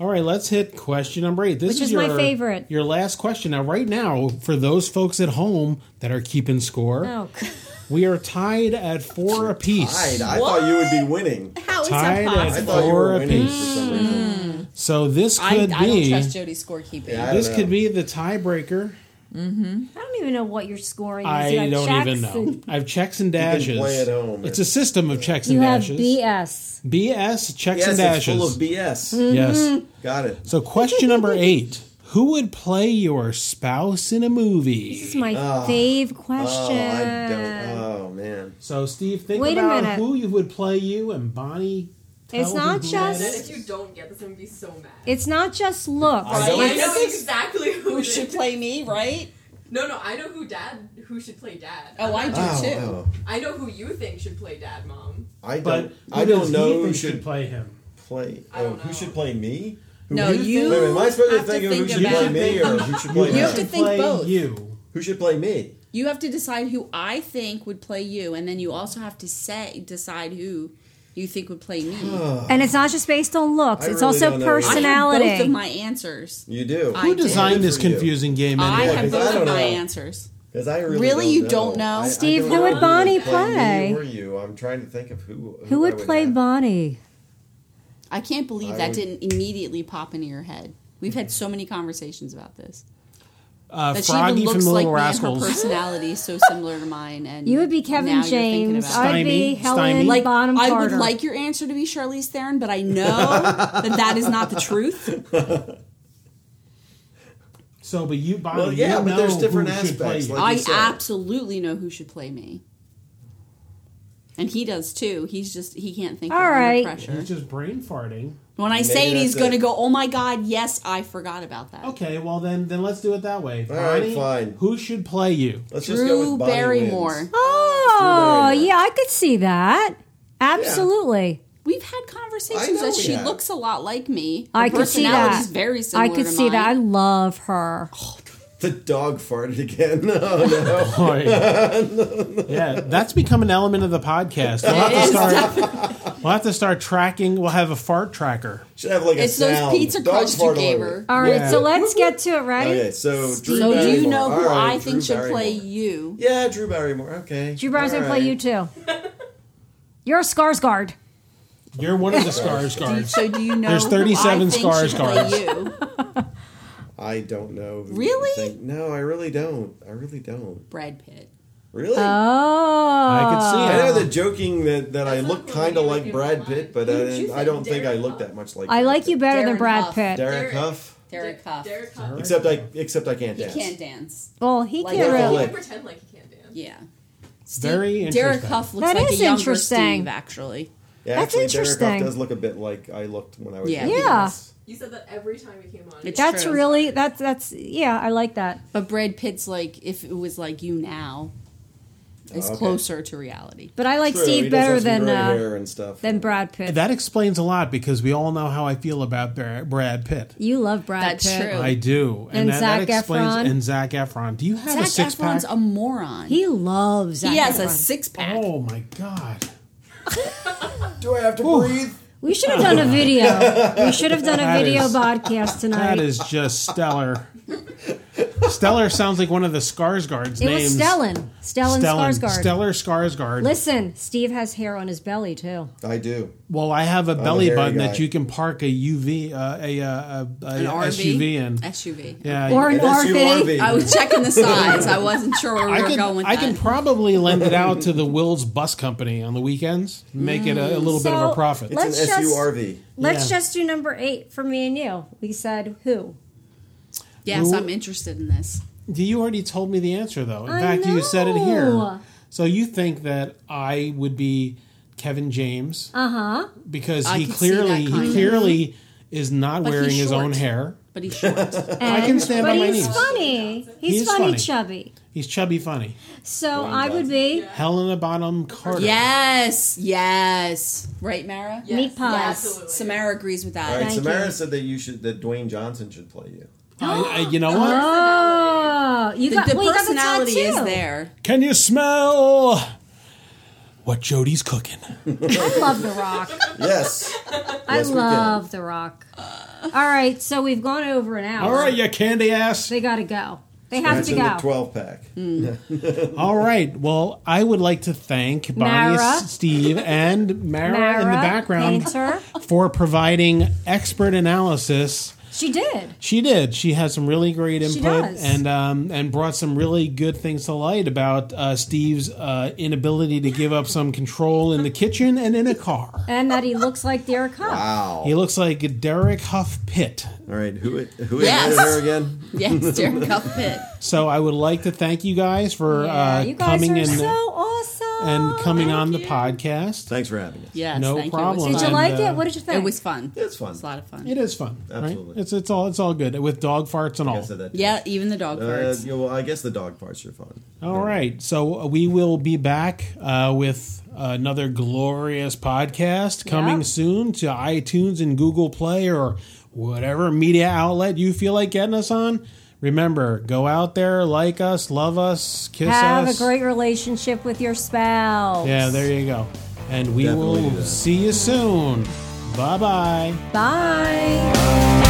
Speaker 1: All right, let's hit question number eight. This
Speaker 2: Which is
Speaker 1: your,
Speaker 2: my favorite.
Speaker 1: Your last question. Now, right now, for those folks at home that are keeping score,
Speaker 2: oh, God.
Speaker 1: we are tied at four apiece.
Speaker 4: Tied. I thought you would be winning.
Speaker 5: How is
Speaker 1: Tied
Speaker 5: that
Speaker 1: at
Speaker 4: I
Speaker 5: possible?
Speaker 4: thought you were
Speaker 1: Four
Speaker 4: winning for
Speaker 1: apiece.
Speaker 4: some reason.
Speaker 5: Mm.
Speaker 1: So this
Speaker 5: I,
Speaker 1: could
Speaker 5: I don't
Speaker 1: be
Speaker 5: trust Jody's scorekeeping.
Speaker 4: Yeah, I
Speaker 1: this
Speaker 4: don't
Speaker 1: could
Speaker 4: know.
Speaker 1: be the tiebreaker.
Speaker 2: I don't even know what your scoring is. You
Speaker 1: I
Speaker 2: have
Speaker 1: don't
Speaker 2: checks
Speaker 1: even know.
Speaker 2: and-
Speaker 1: I have checks and
Speaker 4: can
Speaker 1: dashes.
Speaker 4: play at home.
Speaker 1: It's a system of checks
Speaker 2: You
Speaker 1: and
Speaker 2: have
Speaker 1: dashes.
Speaker 2: BS.
Speaker 1: BS checks
Speaker 4: Yes,
Speaker 1: and
Speaker 4: it's
Speaker 1: dashes.
Speaker 4: full of BS.
Speaker 1: yes.
Speaker 4: Got it.
Speaker 1: So question number eight: Who would play your spouse in a movie?
Speaker 2: This is
Speaker 4: Ah.
Speaker 2: my fave
Speaker 4: Oh,
Speaker 2: question.
Speaker 4: I don't. Oh man.
Speaker 1: So, Steve, think
Speaker 2: Wait a
Speaker 1: about
Speaker 2: minute.
Speaker 1: who you would play you and Bonnie. tell
Speaker 2: It's not
Speaker 1: who that
Speaker 6: And then
Speaker 2: just-
Speaker 1: is.
Speaker 6: if you don't get this, I'm gonna be so mad.
Speaker 2: It's not just looks.
Speaker 4: I
Speaker 6: I
Speaker 4: don't-
Speaker 6: know exactly who
Speaker 5: Who
Speaker 6: it
Speaker 5: should
Speaker 6: is.
Speaker 5: play me, right?
Speaker 6: No, no, I know who dad who should play dad.
Speaker 5: Oh, I do
Speaker 4: Oh,
Speaker 5: too.
Speaker 4: oh.
Speaker 6: I know who you think should play dad, mom.
Speaker 4: I
Speaker 1: But
Speaker 4: don't. I don't know who
Speaker 1: should
Speaker 4: should
Speaker 1: play him.
Speaker 4: play.
Speaker 6: I
Speaker 4: Oh,
Speaker 6: don't
Speaker 4: who
Speaker 6: know.
Speaker 4: should play me? Who
Speaker 5: No,
Speaker 4: you.
Speaker 5: you
Speaker 4: Wait a minute, am I supposed
Speaker 5: have
Speaker 4: to
Speaker 5: to
Speaker 4: think of who
Speaker 5: think
Speaker 4: should play
Speaker 5: about-
Speaker 4: me or who should play
Speaker 5: You have
Speaker 4: me?
Speaker 5: to think
Speaker 1: play
Speaker 5: both.
Speaker 1: You.
Speaker 4: Who should play me?
Speaker 5: You have to decide who I think would play you, and then you also have to say decide who you think would play me.
Speaker 2: And it's not just based on looks,
Speaker 4: I
Speaker 2: it's
Speaker 4: really
Speaker 2: also
Speaker 4: don't know.
Speaker 2: personality.
Speaker 5: I have both of my answers.
Speaker 4: You do.
Speaker 5: I
Speaker 1: Who
Speaker 5: did.
Speaker 1: designed this
Speaker 4: Good for you.
Speaker 1: confusing game?
Speaker 5: I
Speaker 1: Anyway?
Speaker 5: have
Speaker 4: 'cause I
Speaker 5: both
Speaker 4: don't
Speaker 5: of my
Speaker 4: know.
Speaker 5: answers.
Speaker 4: 'Cause I really,
Speaker 5: Really?
Speaker 4: don't
Speaker 5: You don't know?
Speaker 4: I- I
Speaker 2: Steve,
Speaker 4: don't
Speaker 2: who
Speaker 4: know
Speaker 2: would Bonnie
Speaker 4: Me
Speaker 2: play?
Speaker 4: or you? I'm trying to think of who.
Speaker 2: Who
Speaker 4: I
Speaker 2: would play
Speaker 4: have.
Speaker 2: Bonnie?
Speaker 5: I can't believe
Speaker 4: I
Speaker 5: that
Speaker 4: would-
Speaker 5: didn't immediately pop into your head. We've had so many conversations about this.
Speaker 1: Uh,
Speaker 5: That she
Speaker 1: Froggy
Speaker 5: even
Speaker 1: from
Speaker 5: looks
Speaker 1: the
Speaker 5: like
Speaker 1: Little
Speaker 5: me and her
Speaker 1: Rascals.
Speaker 5: personality is so similar to mine. And
Speaker 2: You would be
Speaker 5: now
Speaker 2: Kevin
Speaker 5: you're thinking
Speaker 2: James.
Speaker 5: about it.
Speaker 2: I'd be
Speaker 1: Stymie?
Speaker 2: Helen
Speaker 1: Stymie?
Speaker 5: like
Speaker 2: Bonham
Speaker 5: I
Speaker 2: Carter.
Speaker 5: would like your answer to be Charlize Theron, but I know that that is not the truth.
Speaker 1: So, but you, Bonnie,
Speaker 4: Well, yeah,
Speaker 1: you
Speaker 4: but
Speaker 1: know
Speaker 4: there's different
Speaker 1: who should play
Speaker 4: aspects.
Speaker 1: you.
Speaker 4: Like you
Speaker 5: I
Speaker 4: said.
Speaker 5: absolutely know who should play me, and he does too. He's just he can't think.
Speaker 2: All
Speaker 5: under
Speaker 2: right.
Speaker 5: pressure.
Speaker 1: He's just brain farting.
Speaker 5: When I
Speaker 4: Maybe
Speaker 5: say it, he's
Speaker 4: that's
Speaker 5: going to
Speaker 4: it.
Speaker 5: go, "Oh my God, yes, I forgot about that."
Speaker 1: Okay, well then, then let's do it that way.
Speaker 4: All right,
Speaker 1: Bonnie,
Speaker 4: fine.
Speaker 1: Who should play you?
Speaker 4: Let's just go
Speaker 5: Drew
Speaker 4: with Bonnie
Speaker 5: Barrymore.
Speaker 4: Wins.
Speaker 2: oh,
Speaker 4: Drew Barrymore.
Speaker 2: yeah, I could see that. Absolutely.
Speaker 5: We've had conversations
Speaker 4: I know
Speaker 5: that
Speaker 4: we
Speaker 5: she
Speaker 4: have.
Speaker 5: looks a lot like me. Her
Speaker 2: I could see
Speaker 5: personality
Speaker 2: that.
Speaker 5: is very similar.
Speaker 2: I could
Speaker 5: to
Speaker 2: see
Speaker 5: mine.
Speaker 2: that. I love her.
Speaker 4: The dog farted again. No, no.
Speaker 1: Boy. yeah, that's become an element of the podcast. We'll have to start. We'll have to start tracking. We'll have a fart tracker.
Speaker 4: Should have like a
Speaker 5: It's those
Speaker 4: sound.
Speaker 5: pizza
Speaker 4: Dog
Speaker 5: crusts you
Speaker 4: fart
Speaker 5: gave
Speaker 4: alert.
Speaker 5: her.
Speaker 2: All right,
Speaker 1: Yeah.
Speaker 2: so let's get to it, right?
Speaker 4: Okay, so Drew
Speaker 5: So do
Speaker 4: Barrymore.
Speaker 5: you know who
Speaker 4: All
Speaker 5: I
Speaker 4: right, Drew
Speaker 5: think should play
Speaker 4: Barrymore.
Speaker 5: you?
Speaker 4: Yeah, Drew Barrymore. Okay.
Speaker 2: Drew Barnes
Speaker 4: All
Speaker 2: gonna play
Speaker 4: right.
Speaker 2: you too. You're a Skarsgård.
Speaker 1: You're one of the scars guards.
Speaker 5: So do you know?
Speaker 1: There's
Speaker 5: who
Speaker 1: 37
Speaker 5: I think should
Speaker 1: Skarsgårds.
Speaker 5: play you?
Speaker 4: I don't know. who you
Speaker 5: Really?
Speaker 4: think- No, I really don't. I really don't.
Speaker 5: Brad Pitt.
Speaker 4: Really?
Speaker 2: Oh,
Speaker 1: I could see
Speaker 4: I
Speaker 1: it.
Speaker 4: know the joking that, that I
Speaker 6: That's
Speaker 4: look
Speaker 6: not
Speaker 4: kind
Speaker 6: what
Speaker 4: of
Speaker 6: you
Speaker 4: like
Speaker 6: do
Speaker 4: Brad
Speaker 6: online.
Speaker 4: Pitt, but
Speaker 6: You
Speaker 4: I,
Speaker 6: do
Speaker 4: didn't- I
Speaker 6: think
Speaker 4: don't think I
Speaker 6: Derek
Speaker 4: look
Speaker 6: Huff.
Speaker 4: that much like.
Speaker 2: I
Speaker 4: Brad
Speaker 2: like you
Speaker 4: Pitt.
Speaker 2: better than
Speaker 5: Darren
Speaker 2: Brad
Speaker 5: Huff.
Speaker 2: Pitt.
Speaker 4: Derek Huff.
Speaker 5: Derek Huff.
Speaker 6: Derek Huff.
Speaker 4: Except I except I can't
Speaker 5: He
Speaker 4: dance.
Speaker 5: can't dance.
Speaker 2: Well, he
Speaker 5: Like
Speaker 2: can't
Speaker 5: that.
Speaker 6: He
Speaker 2: really.
Speaker 6: can pretend like he can dance.
Speaker 5: Yeah.
Speaker 1: Very
Speaker 5: Derek
Speaker 1: interesting.
Speaker 5: Huff looks
Speaker 2: That
Speaker 5: like
Speaker 2: is
Speaker 5: a younger
Speaker 2: interesting.
Speaker 5: Steve, actually.
Speaker 4: Yeah,
Speaker 2: That's
Speaker 4: actually, Derek
Speaker 2: interesting.
Speaker 4: Huff does look a bit like I looked when I was.
Speaker 5: Yeah.
Speaker 4: younger.
Speaker 2: Yeah.
Speaker 4: That's-
Speaker 6: You said that every time we came on.
Speaker 5: It's
Speaker 2: That's
Speaker 5: true.
Speaker 2: really that's that's yeah. I like that.
Speaker 5: But Brad Pitt's like, if it was like you now, is
Speaker 4: Oh, okay.
Speaker 5: closer to reality.
Speaker 2: But I like
Speaker 4: True, he
Speaker 2: Steve better
Speaker 4: does have some
Speaker 2: than
Speaker 4: gray
Speaker 2: uh,
Speaker 4: hair and stuff.
Speaker 2: than Brad Pitt.
Speaker 1: That explains a lot because we all know how I feel about Bar- Brad Pitt.
Speaker 2: you love Brad
Speaker 5: That's
Speaker 2: Pitt.
Speaker 5: true.
Speaker 1: I do,
Speaker 2: And
Speaker 1: that,
Speaker 2: Zac
Speaker 1: that explains.
Speaker 2: Efron.
Speaker 1: And Zach Efron. Do you have
Speaker 5: Zac
Speaker 1: a Oh, six
Speaker 5: Efron's
Speaker 1: pack?
Speaker 5: a moron.
Speaker 2: He loves. Zac
Speaker 5: he has a
Speaker 2: Efron.
Speaker 5: six pack.
Speaker 1: oh my god!
Speaker 4: Do I have to breathe?
Speaker 2: We should have done a video. We should have done a
Speaker 1: That
Speaker 2: video
Speaker 1: is-
Speaker 2: podcast tonight.
Speaker 1: That is just stellar. stellar sounds like one of the Skarsgård's
Speaker 2: it
Speaker 1: names.
Speaker 2: was Stellan. Stellan
Speaker 1: Stellan.
Speaker 2: Skarsgård.
Speaker 1: Stellar Skarsgård.
Speaker 2: Listen, Steve has hair on his belly too.
Speaker 4: I do.
Speaker 1: Well, I have a belly
Speaker 4: hairy
Speaker 1: button
Speaker 4: guy.
Speaker 1: that you can park a UV, uh, a, uh, a, a
Speaker 5: An RV?
Speaker 1: SUV in.
Speaker 5: SUV.
Speaker 1: Yeah,
Speaker 2: Or an
Speaker 4: An SURV.
Speaker 2: RV.
Speaker 5: I was checking the size. I wasn't sure where we
Speaker 1: I
Speaker 5: were
Speaker 1: can,
Speaker 5: going with
Speaker 1: I
Speaker 5: that.
Speaker 1: can probably lend it out to the Wills Bus Company on the weekends, make it a, a little bit of a
Speaker 2: So,
Speaker 1: profit.
Speaker 2: let-
Speaker 4: It's
Speaker 2: Let's
Speaker 4: an
Speaker 2: just-
Speaker 4: SURV.
Speaker 2: Let's
Speaker 1: Yeah.
Speaker 2: just do number eight for me and you. We said who?
Speaker 5: yes, I'm interested in this.
Speaker 1: You already told me the answer, though. In
Speaker 2: I
Speaker 1: fact, you said it here.
Speaker 2: know.
Speaker 1: So you think that I would be Kevin James? Uh huh.
Speaker 2: Uh-huh.
Speaker 1: Because
Speaker 5: I
Speaker 1: he
Speaker 5: could see
Speaker 1: clearly,
Speaker 5: that kind
Speaker 1: he
Speaker 5: of-
Speaker 1: clearly is not
Speaker 5: But
Speaker 1: wearing
Speaker 5: he's
Speaker 1: his own
Speaker 5: short.
Speaker 1: hair.
Speaker 5: But he's short.
Speaker 2: And,
Speaker 1: can stand
Speaker 2: but
Speaker 1: on my
Speaker 2: he's
Speaker 1: knees.
Speaker 2: funny. He's
Speaker 1: He is
Speaker 2: funny,
Speaker 1: funny.
Speaker 2: chubby.
Speaker 1: He's chubby, funny.
Speaker 2: So I would be
Speaker 1: Helena Bonham Carter.
Speaker 5: yes, yes. Right, Mara?
Speaker 6: Yes,
Speaker 2: Meat pies.
Speaker 6: Absolutely.
Speaker 5: Samara agrees with that.
Speaker 4: All right,
Speaker 2: Thank
Speaker 4: Samara
Speaker 2: you.
Speaker 4: said that you should that Dwayne Johnson should play you.
Speaker 1: I- I- you know what?
Speaker 2: Uh-huh. Oh, you
Speaker 5: The,
Speaker 2: got
Speaker 5: the
Speaker 2: well, you got the
Speaker 5: personality is
Speaker 2: tattoo.
Speaker 5: there.
Speaker 1: Can you smell what Jody's cooking?
Speaker 2: I love The Rock.
Speaker 4: Yes.
Speaker 2: I
Speaker 4: Yes, we can.
Speaker 2: love The Rock. All right, so we've gone over an hour.
Speaker 1: All right, you candy ass.
Speaker 2: they got to go. They have
Speaker 4: That's
Speaker 2: to
Speaker 4: in the
Speaker 2: go.
Speaker 4: 12 pack.
Speaker 5: Mm.
Speaker 1: All right. Well, I would like to thank Bonnie,
Speaker 2: Mara.
Speaker 1: S- Steve, and Mara,
Speaker 2: Mara,
Speaker 1: in the background
Speaker 2: painter.
Speaker 1: for providing expert analysis.
Speaker 2: She did.
Speaker 1: She did. She had some really great input
Speaker 2: does.
Speaker 1: and um, and brought some really good things to light about uh, Steve's uh, inability to give up some control in the kitchen and in a car.
Speaker 2: And that he looks like Derek Huff.
Speaker 4: Wow.
Speaker 1: He looks like Derek Huff Pitt.
Speaker 4: All right, who who
Speaker 5: Yes.
Speaker 4: invited her again?
Speaker 5: Yes, Derek Cuffit.
Speaker 1: So I would like to thank you guys for
Speaker 2: Yeah,
Speaker 1: uh,
Speaker 2: you guys
Speaker 1: coming
Speaker 2: are
Speaker 1: and
Speaker 2: so awesome.
Speaker 1: and coming on the podcast.
Speaker 4: Thanks for having us.
Speaker 5: Yes,
Speaker 1: No
Speaker 5: thank
Speaker 1: problem.
Speaker 5: You. It,
Speaker 2: did
Speaker 5: was
Speaker 2: you
Speaker 1: and,
Speaker 5: fun.
Speaker 2: like
Speaker 1: uh,
Speaker 2: it? What did you think?
Speaker 5: it was fun. It
Speaker 4: It's fun.
Speaker 5: was a lot of fun.
Speaker 1: It is fun. right?
Speaker 4: Absolutely.
Speaker 1: It's it's all it's all good with dog farts and
Speaker 4: I
Speaker 1: all.
Speaker 4: said that.
Speaker 5: Yeah, even the dog
Speaker 4: Uh,
Speaker 5: birds.
Speaker 4: yeah, well, I guess the dog parts are fun.
Speaker 1: All right, so uh, we will be back uh, with another glorious podcast coming
Speaker 2: Yeah.
Speaker 1: soon to iTunes and Google Play or whatever media outlet you feel like getting us on. Remember, go out there, like us, love us, kiss
Speaker 2: Have
Speaker 1: us.
Speaker 2: a great relationship with your spouse.
Speaker 1: yeah, there you go. And we
Speaker 4: Definitely do
Speaker 1: will
Speaker 4: that.
Speaker 1: see you soon. Bye bye.
Speaker 2: Bye.
Speaker 4: Bye.